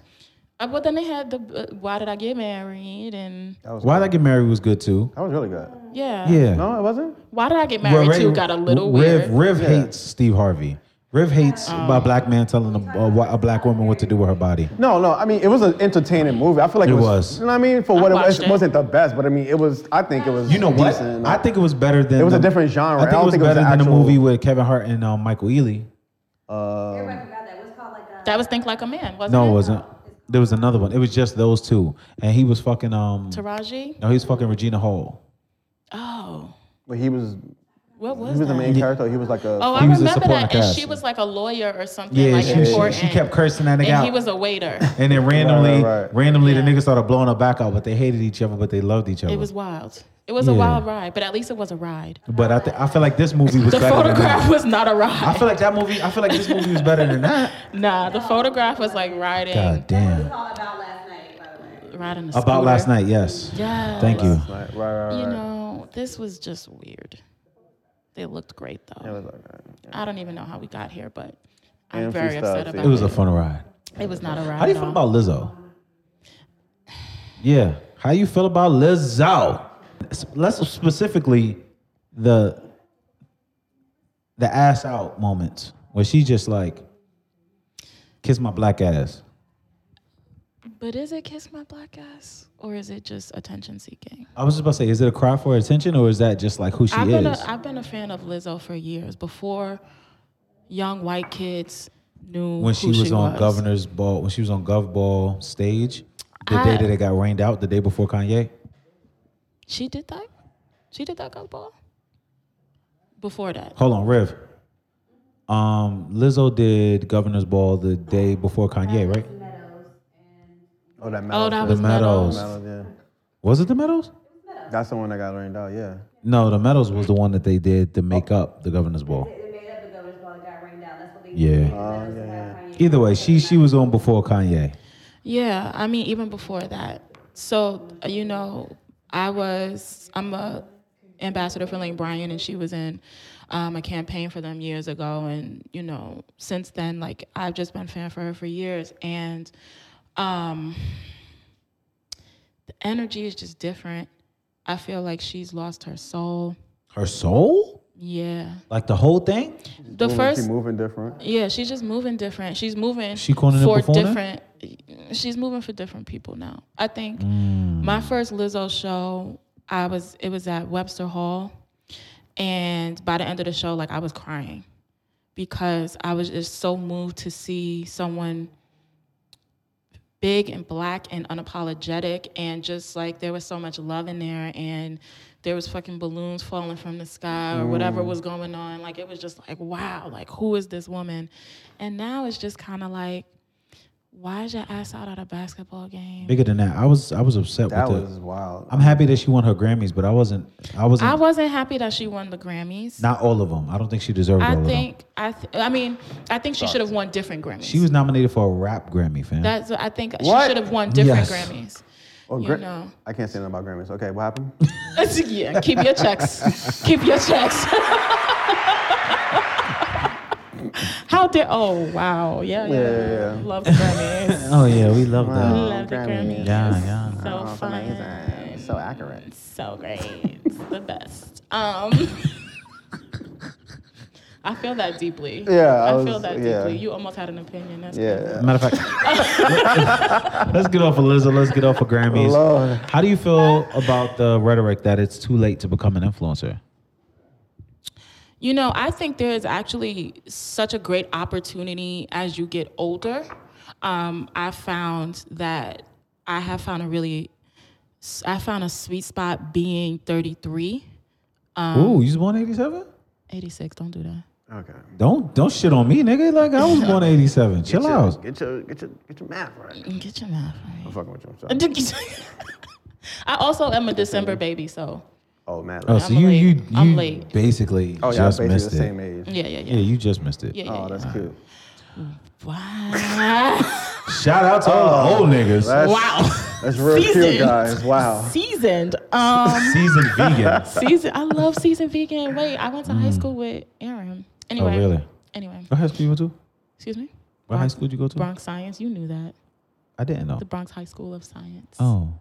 Speaker 3: Uh, But then they had the uh, "Why Did I Get Married?" and
Speaker 1: Why did I get married was good too.
Speaker 2: That was really good.
Speaker 3: yeah,
Speaker 1: Yeah.
Speaker 2: No, it wasn't.
Speaker 3: Why did I get married
Speaker 1: Riv-
Speaker 3: too? Got a little
Speaker 1: Riv,
Speaker 3: weird. Oh.
Speaker 1: Riv hates Steve Harvey. Riv hates a black man telling a, a, wh- a black woman what to do with her body.
Speaker 2: No, no. I mean, it was an entertaining movie. I feel like
Speaker 1: It
Speaker 2: it was.
Speaker 1: was.
Speaker 2: You know what I mean? For what it was,
Speaker 3: watched
Speaker 2: it
Speaker 3: it.
Speaker 2: wasn't the best, but I mean, it was. I think it was.
Speaker 1: You know what?
Speaker 2: decent.
Speaker 1: I think it was better than
Speaker 2: It was a
Speaker 1: the-
Speaker 2: different genre.
Speaker 1: I
Speaker 2: I
Speaker 1: think
Speaker 2: don't
Speaker 1: it was
Speaker 2: think it was
Speaker 1: better
Speaker 2: the
Speaker 1: than the
Speaker 2: actual-
Speaker 1: movie with Kevin Hart and um, Michael Ealy.
Speaker 5: Everybody forgot that. It was called like uh, a.
Speaker 3: That was Think Like a Man, wasn't it?
Speaker 1: No, it wasn't. There was another one. It was just those two, and he was fucking um.
Speaker 3: Taraji?
Speaker 1: No, he was fucking Regina Hall.
Speaker 3: Oh,
Speaker 2: But he was
Speaker 3: what
Speaker 2: he
Speaker 3: was,
Speaker 2: was the
Speaker 3: that?
Speaker 2: main character. He was like a
Speaker 3: Oh,
Speaker 1: He
Speaker 3: I
Speaker 1: was a
Speaker 3: remember
Speaker 1: supporting
Speaker 3: that. And
Speaker 1: cast.
Speaker 3: she was like a lawyer or something.
Speaker 1: Yeah,
Speaker 3: like
Speaker 1: she,
Speaker 3: important.
Speaker 1: she, she kept cursing that nigga
Speaker 3: And
Speaker 1: out.
Speaker 3: he was a waiter.
Speaker 1: and then randomly,
Speaker 2: right, right.
Speaker 1: randomly, the
Speaker 3: Yeah.
Speaker 1: niggas started blowing her back out, but they hated each other, but they loved each other.
Speaker 3: It was wild. It was a
Speaker 1: Yeah.
Speaker 3: wild ride, but at least it was a ride.
Speaker 1: but I, th- I feel like this movie was
Speaker 3: The
Speaker 1: better than
Speaker 3: photograph
Speaker 1: that.
Speaker 3: was not a
Speaker 1: I
Speaker 3: ride.
Speaker 1: feel like that movie. I feel like this movie was better than that.
Speaker 3: Nah, the photograph was like riding,
Speaker 1: God
Speaker 5: We
Speaker 1: damn.
Speaker 5: call it about last night, by the way.
Speaker 3: riding the
Speaker 1: About last night, yes.
Speaker 3: Yeah.
Speaker 1: Thank you.
Speaker 2: right, right, right.
Speaker 3: You
Speaker 2: right.
Speaker 3: know, this was just weird. They looked great though.
Speaker 2: It was like, right.
Speaker 3: I don't even know how we got here, but I'm
Speaker 2: And
Speaker 3: very
Speaker 2: freestyle
Speaker 3: upset
Speaker 2: too.
Speaker 3: about
Speaker 1: It was a fun ride.
Speaker 3: It was not a ride.
Speaker 1: How do you
Speaker 3: at
Speaker 1: feel
Speaker 3: all.
Speaker 1: about Lizzo? Yeah. How you feel about Lizzo? S- Less specifically the the ass out moments where she just like kiss my black ass.
Speaker 3: But is it kiss my black ass or is it just attention seeking?
Speaker 1: I was just about to say, is it a cry for attention or is that just like who she
Speaker 3: I've
Speaker 1: is?
Speaker 3: been a, I've been a fan of Lizzo for years before young white kids knew
Speaker 1: when she
Speaker 3: who
Speaker 1: was
Speaker 3: she
Speaker 1: on
Speaker 3: was.
Speaker 1: Governor's Ball, when she was on Gov Ball stage, the
Speaker 3: I-
Speaker 1: day that it got rained out, the day before Kanye.
Speaker 3: She did that. She did that gospel. Before that,
Speaker 1: Hold on, Riv. Um, Lizzo did Governor's Ball the day before
Speaker 3: Uh,
Speaker 1: Kanye, right?
Speaker 2: Oh, that
Speaker 3: oh, that
Speaker 1: The
Speaker 3: was
Speaker 1: Meadows.
Speaker 3: Meadows.
Speaker 2: Meadows, yeah.
Speaker 1: Was it the Meadows?
Speaker 2: That's the one that got rained out, yeah.
Speaker 1: No, the Meadows was the one that they did to make up the Governor's Ball.
Speaker 5: They made up the governor's ball and got rained out. That's what they
Speaker 1: Yeah.
Speaker 5: did.
Speaker 2: Oh, yeah,
Speaker 1: Either way, she she was on before Kanye.
Speaker 3: Yeah, I mean even before that. So uh, you know, I was I'm a ambassador for Lane Bryant, and she was in um, a campaign for them years ago. And you know, since then, like I've just been a fan for her for years, and um, the energy is just different. I feel like she's lost her soul.
Speaker 1: Her soul?
Speaker 3: Yeah,
Speaker 1: Like the whole thing?
Speaker 3: the
Speaker 2: Moving-
Speaker 3: first
Speaker 2: She moving different.
Speaker 3: yeah, she's just moving different. She's moving
Speaker 1: She calling it a
Speaker 3: for
Speaker 1: performer?
Speaker 3: different. She's moving for different people now. I think my first Lizzo show, I was it was at Webster Hall, and by the end of the show, like I was crying because I was just so moved to see someone big and black and unapologetic and just like there was so much love in there and there was fucking balloons falling from the sky or
Speaker 1: Mm.
Speaker 3: whatever was going on like it was just like wow like who is this woman and now it's just kind of like why is your ass out at a basketball game
Speaker 1: Bigger than that. I was I was upset
Speaker 2: That
Speaker 1: with
Speaker 2: was
Speaker 1: it.
Speaker 2: wild.
Speaker 1: I'm happy that she won her Grammys, but I wasn't I wasn't
Speaker 3: i wasn't happy that she won the grammys
Speaker 1: not all of them. I don't think she deserved
Speaker 3: i
Speaker 1: all of them.
Speaker 3: think i th- i mean i think she should have won different grammys
Speaker 1: She was nominated for a rap Grammy, fam.
Speaker 3: that's i think
Speaker 2: What?
Speaker 3: she should have won different
Speaker 1: Yes.
Speaker 3: grammys
Speaker 2: Oh,
Speaker 3: you
Speaker 2: Gra-
Speaker 3: know.
Speaker 2: I can't say nothing about Grammys. Okay, what happened?
Speaker 3: yeah keep your checks keep your checks How dare? Oh wow! Yeah, yeah.
Speaker 2: yeah, yeah.
Speaker 3: Love the Grammys.
Speaker 1: oh yeah, we love that.
Speaker 2: Wow.
Speaker 3: Love the
Speaker 2: Grammys.
Speaker 3: Grammys.
Speaker 1: Yeah, yeah.
Speaker 3: So
Speaker 2: Oh,
Speaker 3: fun.
Speaker 2: amazing. So accurate.
Speaker 3: So great. It's the best. Um, I feel that deeply.
Speaker 2: Yeah,
Speaker 3: I,
Speaker 2: I
Speaker 3: feel
Speaker 2: was-
Speaker 3: that
Speaker 2: yeah.
Speaker 3: deeply. You almost had an opinion. That's
Speaker 2: Yeah.
Speaker 1: Matter of fact, let's get off of Lizzo. Let's get off of Grammys.
Speaker 2: Lord.
Speaker 1: How do you feel about the rhetoric that it's too late to become an influencer?
Speaker 3: You know, I think there is actually such a great opportunity as you get older. Um, I found that I have found a really, I found a sweet spot being 33. Um,
Speaker 1: Ooh, you was born '87.
Speaker 3: 86, don't do that.
Speaker 2: Okay.
Speaker 1: Don't don't shit on me, nigga. Like I was born '87. Chill out.
Speaker 2: Get your get your get your math right.
Speaker 3: Get your mouth
Speaker 2: I'm
Speaker 3: right.
Speaker 2: fucking with you. I'm sorry.
Speaker 3: I also am a December baby, so
Speaker 2: Oh man.
Speaker 1: Oh,
Speaker 2: Oh,
Speaker 1: so
Speaker 3: I'm
Speaker 1: you
Speaker 3: late.
Speaker 1: you
Speaker 3: I'm
Speaker 1: you
Speaker 3: late.
Speaker 1: basically
Speaker 2: yeah,
Speaker 1: just
Speaker 2: basically
Speaker 1: missed
Speaker 2: the
Speaker 1: it.
Speaker 2: same age.
Speaker 3: yeah, yeah,
Speaker 1: Yeah,
Speaker 3: yeah.
Speaker 1: you just missed it.
Speaker 3: Yeah, yeah,
Speaker 2: Oh,
Speaker 3: yeah.
Speaker 2: that's cute.
Speaker 3: Wow.
Speaker 1: Shout out to all the old niggas.
Speaker 2: Oh, That's,
Speaker 3: wow.
Speaker 2: That's real cute,
Speaker 3: Seasoned.
Speaker 2: guys. Wow.
Speaker 3: Seasoned. Um,
Speaker 1: Seasoned vegan.
Speaker 3: season. I love season vegan. Wait, I went to high school with Aaron. Anyway.
Speaker 1: Oh, really?
Speaker 3: Anyway.
Speaker 1: What high school you went to?
Speaker 3: Excuse me?
Speaker 1: What high school did you go to?
Speaker 3: Bronx Science. You knew that.
Speaker 1: I didn't know.
Speaker 3: The Bronx High School of Science.
Speaker 1: Oh,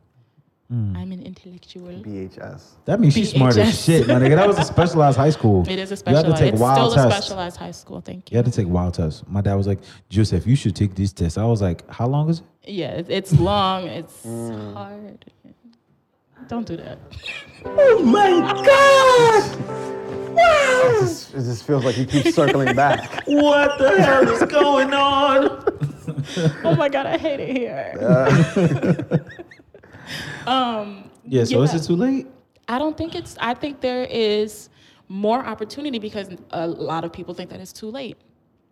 Speaker 3: I'm an intellectual.
Speaker 2: BHS.
Speaker 1: that means she's smart as
Speaker 3: BHS.
Speaker 1: shit, my nigga. That was a specialized high school.
Speaker 3: It is a
Speaker 1: You have
Speaker 3: specialized.
Speaker 1: to take
Speaker 3: It's
Speaker 1: wild
Speaker 3: still a
Speaker 1: tests.
Speaker 3: specialized high school. Thank
Speaker 1: You
Speaker 3: you.
Speaker 1: had to take wild tests. My dad was like, Joseph, you should take these tests. I was like, how long is it?
Speaker 3: Yeah, it- it's long. It's
Speaker 1: Mm.
Speaker 3: hard. Don't do that.
Speaker 2: It just feels like he keeps circling back.
Speaker 1: What the hell is going on?
Speaker 3: oh my god, I hate it here. um,
Speaker 1: Yeah. So is
Speaker 3: Yeah.
Speaker 1: it too late?
Speaker 3: I don't think it's. I think there is more opportunity because a lot of people think that it's too late.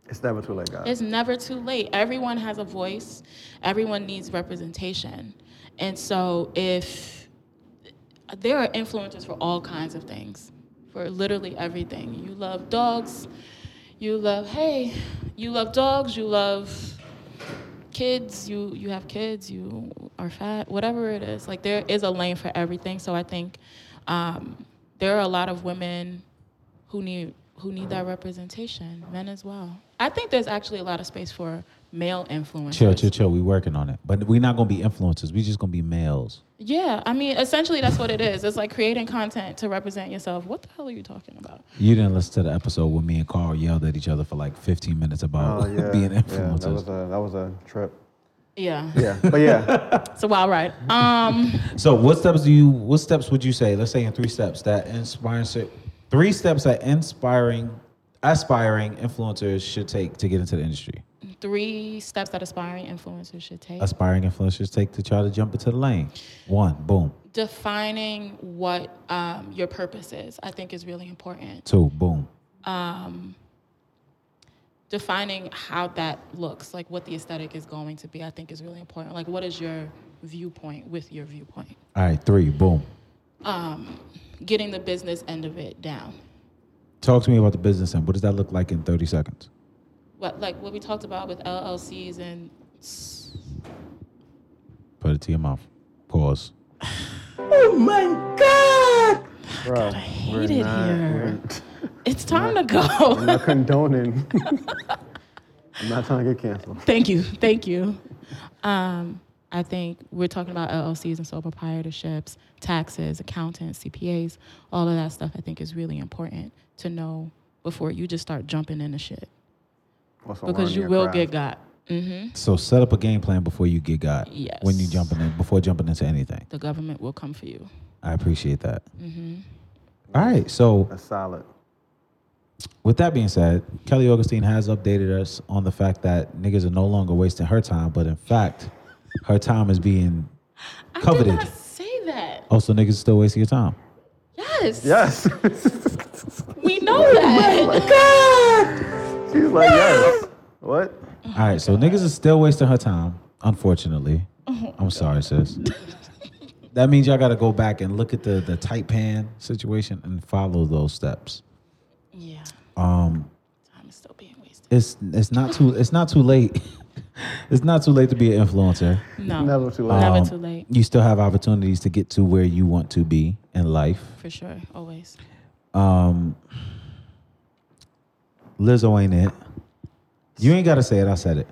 Speaker 2: It's never too late, guys.
Speaker 3: It's never too late. Everyone has a voice. Everyone needs representation, and so if there are influencers for all kinds of things, for literally everything. You love dogs. You love hey. You love dogs. You love kids you you have kids you are fat whatever it is like there is a lane for everything so i think um, there are a lot of women who need who need that representation men as well i think there's actually a lot of space for male influencers
Speaker 1: Chill, chill, chill. We working on it, but we're not gonna be influencers. We just gonna be males.
Speaker 3: yeah i mean essentially that's what it is it's like creating content to represent yourself what the hell are you talking about
Speaker 1: You didn't listen to the episode where me and Carl yelled at each other for like 15 minutes about being
Speaker 2: Oh, Yeah, that
Speaker 1: influencers.
Speaker 2: was a that was a trip.
Speaker 3: yeah
Speaker 2: Yeah, but yeah,
Speaker 3: it's a wild ride um
Speaker 1: so, what steps do you? What steps would you say? Let's say in three steps that inspiring, three steps that inspiring, aspiring influencers should take to get into the industry.
Speaker 3: three steps that aspiring influencers should take
Speaker 1: Aspiring influencers take to try to jump into the lane. One, boom.
Speaker 3: defining what um, your purpose is i think is really important
Speaker 1: Two, boom.
Speaker 3: defining how that looks, like what the aesthetic is going to be, I think is really important. Like, what is your viewpoint with your viewpoint?
Speaker 1: All right, three, boom.
Speaker 3: Getting the business end of it down.
Speaker 1: Talk to me about the business end. What does that look like in 30 seconds?
Speaker 3: What, like what we talked about with LLCs and s-
Speaker 1: Put it to your mouth. Pause.
Speaker 2: bro.
Speaker 3: I hate it here. It's time to go.
Speaker 2: I'm not condoning. I'm not trying to get canceled.
Speaker 3: thank you, thank you. Um, I think we're talking about LLCs and sole proprietorships, taxes, accountants, CPAs, all of that stuff. I think is really important to know before you just start jumping into shit.
Speaker 2: Also
Speaker 3: because
Speaker 2: learning
Speaker 3: you
Speaker 2: your
Speaker 3: will
Speaker 2: craft.
Speaker 3: get got. hmm
Speaker 1: So set up a game plan before you get got.
Speaker 3: Yes.
Speaker 1: When you jumping in, before jumping into anything.
Speaker 3: The government will come for you.
Speaker 1: I appreciate that.
Speaker 3: Mm-hmm.
Speaker 1: All right. So
Speaker 2: That's solid.
Speaker 1: with that being said, Kelly Augustine has updated us on the fact that niggas are no longer wasting her time, but in fact, her time is being
Speaker 3: I
Speaker 1: coveted.
Speaker 3: did not say that.
Speaker 1: Oh, so niggas still wasting your time.
Speaker 3: Yes.
Speaker 2: Yes.
Speaker 3: We know that.
Speaker 2: She's like yes. What?
Speaker 1: All right, so niggas is still wasting her time, unfortunately.
Speaker 3: Oh
Speaker 1: I'm sorry, sis. that means y'all gotta go back and look at the the tight pan situation and follow those steps.
Speaker 3: Yeah.
Speaker 1: Um,
Speaker 3: Time is still being wasted.
Speaker 1: it's it's not too it's not too late. it's not too late to be an influencer.
Speaker 3: No.
Speaker 2: Never too late.
Speaker 3: Never
Speaker 1: Um,
Speaker 3: too late.
Speaker 1: You still have opportunities to get to where you want to be in life.
Speaker 3: For sure. Always.
Speaker 1: Um, Lizzo ain't it. You ain't gotta say it. I said it.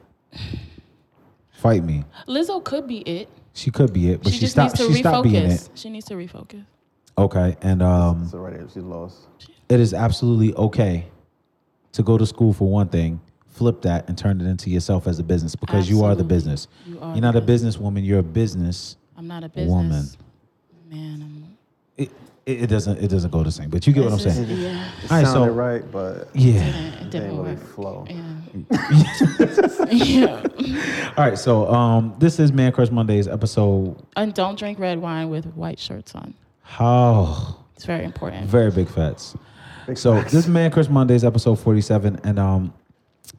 Speaker 1: Fight me.
Speaker 3: Lizzo could be it.
Speaker 1: She could be it, but she,
Speaker 3: She, just
Speaker 1: stopped.
Speaker 3: needs to
Speaker 1: She stopped being it.
Speaker 3: refocus. She needs to refocus.
Speaker 1: Okay, and um,
Speaker 2: It's already she's lost.
Speaker 1: it is absolutely okay to go to school for one thing, flip that, and turn it into yourself as a business because you are the
Speaker 3: Absolutely.
Speaker 1: business.
Speaker 3: You
Speaker 1: are
Speaker 3: are
Speaker 1: not
Speaker 3: the
Speaker 1: a businesswoman. You're a business.
Speaker 3: I'm not a business.
Speaker 1: Woman.
Speaker 3: Man, I'm.
Speaker 1: It, it, it doesn't it doesn't go the same, but you get what I'm
Speaker 3: This is-
Speaker 1: saying.
Speaker 3: Yeah.
Speaker 2: It
Speaker 1: All right,
Speaker 2: sounded
Speaker 1: so-
Speaker 2: right, but
Speaker 1: Yeah.
Speaker 3: It
Speaker 2: it
Speaker 3: didn't
Speaker 2: didn't really
Speaker 3: work.
Speaker 2: flow.
Speaker 3: Yeah. yeah.
Speaker 1: All right. So um, this is Man Crush Mondays episode.
Speaker 3: And don't drink red wine with white shirts on.
Speaker 1: Oh,
Speaker 3: It's very important.
Speaker 1: very big fats. so this is Man Crush Mondays episode 47, and um,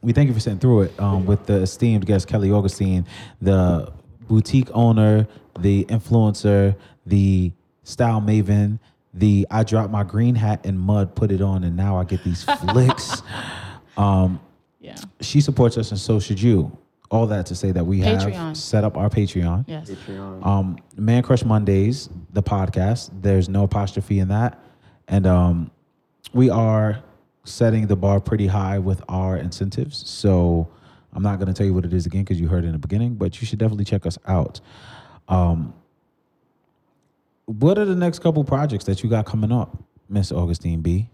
Speaker 1: we thank you for sitting through it um, with the esteemed guest Kelly Augustine, the boutique owner, the influencer, the style maven, the I dropped my green hat in mud, put it on, and now I get these flicks.
Speaker 3: Yeah.
Speaker 1: She supports us, and so should you. All that to say that we
Speaker 3: Patreon.
Speaker 1: have set up our Patreon.
Speaker 3: Yes.
Speaker 2: Patreon.
Speaker 1: Um, Man Crush Mondays, the podcast. There's no apostrophe in that, and um, we are setting the bar pretty high with our incentives. So I'm not going to tell you what it is again because you heard it in the beginning, but you should definitely check us out. Um, what are the next couple projects that you got coming up, Miss Augustine B?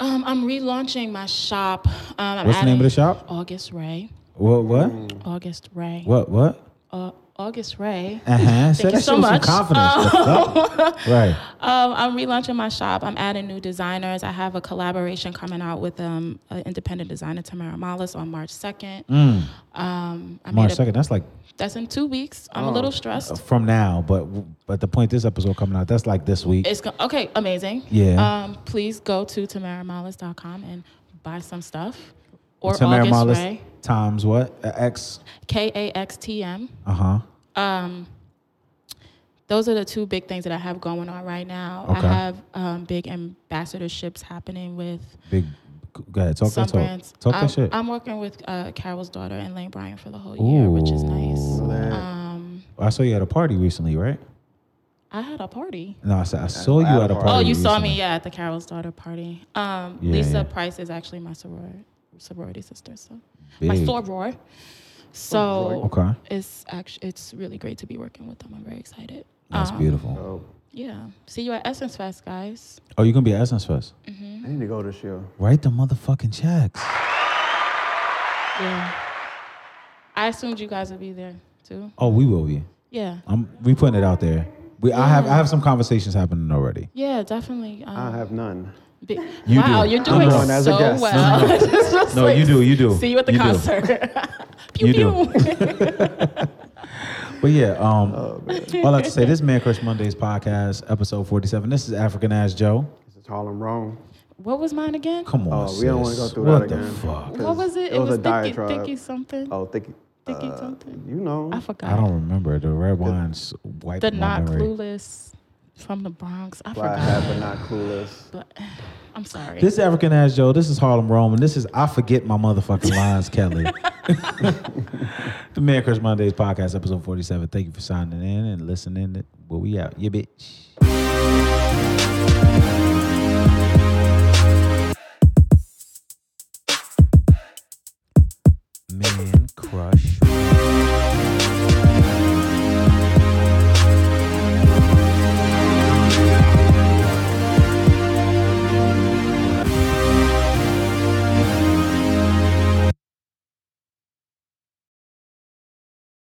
Speaker 3: Um, I'm relaunching my shop. Um, I'm
Speaker 1: What's the name of
Speaker 3: adding
Speaker 1: the shop?
Speaker 3: August Ray.
Speaker 1: What? What?
Speaker 3: August Ray.
Speaker 1: What? What?
Speaker 3: Uh, August Ray.
Speaker 1: Uh huh. Say that
Speaker 3: you so
Speaker 1: shit with some
Speaker 3: much.
Speaker 1: confidence. What's up? right.
Speaker 3: Um, I'm relaunching my shop. I'm adding new designers. I have a collaboration coming out with um, an independent designer, Tamara Malas, on March 2nd. Um, I
Speaker 1: Hmm. March
Speaker 3: made a,
Speaker 1: second. Oh, That's like
Speaker 3: That's in two weeks. I'm a little stressed.
Speaker 1: from now, but but the point this episode coming out, that's like this week.
Speaker 3: It's go- okay, amazing.
Speaker 1: Yeah.
Speaker 3: Um, please go to tamaramalas.com and buy some stuff. Or
Speaker 1: Tamara
Speaker 3: August
Speaker 1: Marlis
Speaker 3: Ray,
Speaker 1: times what? Uh, X.
Speaker 3: K A X T M.
Speaker 1: Uh huh.
Speaker 3: Um, those are the two big things that I have going on right now.
Speaker 1: Okay.
Speaker 3: I have um, big ambassadorships happening with
Speaker 1: Big. Go ahead. Talk
Speaker 3: some
Speaker 1: that talk.
Speaker 3: brands.
Speaker 1: Talk
Speaker 3: I'm,
Speaker 1: that shit.
Speaker 3: I'm working with uh, Carol's daughter and Lane Bryant for the whole year, which is nice. Um,
Speaker 1: I saw you at a party recently, right?
Speaker 3: I had a party.
Speaker 1: No, I said I saw you
Speaker 2: had
Speaker 1: at
Speaker 2: a
Speaker 1: a
Speaker 2: party.
Speaker 1: party.
Speaker 3: Oh, you saw
Speaker 1: recently.
Speaker 3: me, yeah, at the Carol's daughter party. Um,
Speaker 1: Yeah,
Speaker 3: Lisa
Speaker 1: yeah.
Speaker 3: Price is actually my soror- sorority sister, so my
Speaker 1: Big.
Speaker 3: soror. So
Speaker 1: Okay.
Speaker 3: it's actually it's really great to be working with them. I'm very excited.
Speaker 1: That's
Speaker 3: Um,
Speaker 1: beautiful.
Speaker 3: Yeah. See you at Essence Fest, guys.
Speaker 1: Oh, you gonna be at Essence Fest?
Speaker 2: I need to go this year.
Speaker 1: Write the motherfucking checks.
Speaker 3: Yeah. I assumed you guys would be there too.
Speaker 1: Oh, we will be.
Speaker 3: Yeah.
Speaker 1: I'm we putting it out there. We I have I have some conversations happening already.
Speaker 3: Yeah, definitely. Um,
Speaker 2: I have none.
Speaker 3: be-
Speaker 1: You
Speaker 3: wow,
Speaker 1: do.
Speaker 3: you're
Speaker 1: I'm
Speaker 3: doing
Speaker 1: going
Speaker 2: as a
Speaker 3: so
Speaker 2: guest.
Speaker 3: well. It's just
Speaker 1: No, you do, you do.
Speaker 3: See you at the
Speaker 1: You do.
Speaker 3: concert. pew
Speaker 1: You do.
Speaker 3: pew.
Speaker 1: But yeah, um,
Speaker 2: Oh,
Speaker 1: all I have to say, this Man Crush Mondays podcast, episode 47. This is African Ass Joe.
Speaker 2: This is Harlem wrong.
Speaker 3: what was mine again?
Speaker 1: Come on,
Speaker 2: Oh, we don't
Speaker 1: sis.
Speaker 2: wanna go through
Speaker 1: what
Speaker 2: that again.
Speaker 1: the fuck?
Speaker 3: What was it?
Speaker 2: It was a
Speaker 3: Thicky,
Speaker 2: diatribe.
Speaker 3: Thicky something.
Speaker 2: Oh, think,
Speaker 3: Thicky
Speaker 2: uh,
Speaker 3: something.
Speaker 2: you know.
Speaker 3: I forgot.
Speaker 1: I don't remember. The red wines wiped
Speaker 3: the
Speaker 1: my
Speaker 3: not
Speaker 1: memory.
Speaker 3: clueless from the Bronx. I
Speaker 2: Fly hat,
Speaker 3: forgot.
Speaker 2: but not clueless.
Speaker 3: But, I'm sorry.
Speaker 1: This is African Ass Joe. This is Harlem Rome, and this is I Forget My Motherfucking Lines, Kelly. the Man Crush Mondays podcast, episode 47. Thank you for signing in and listening. But we out. Yeah, bitch. Man Crush.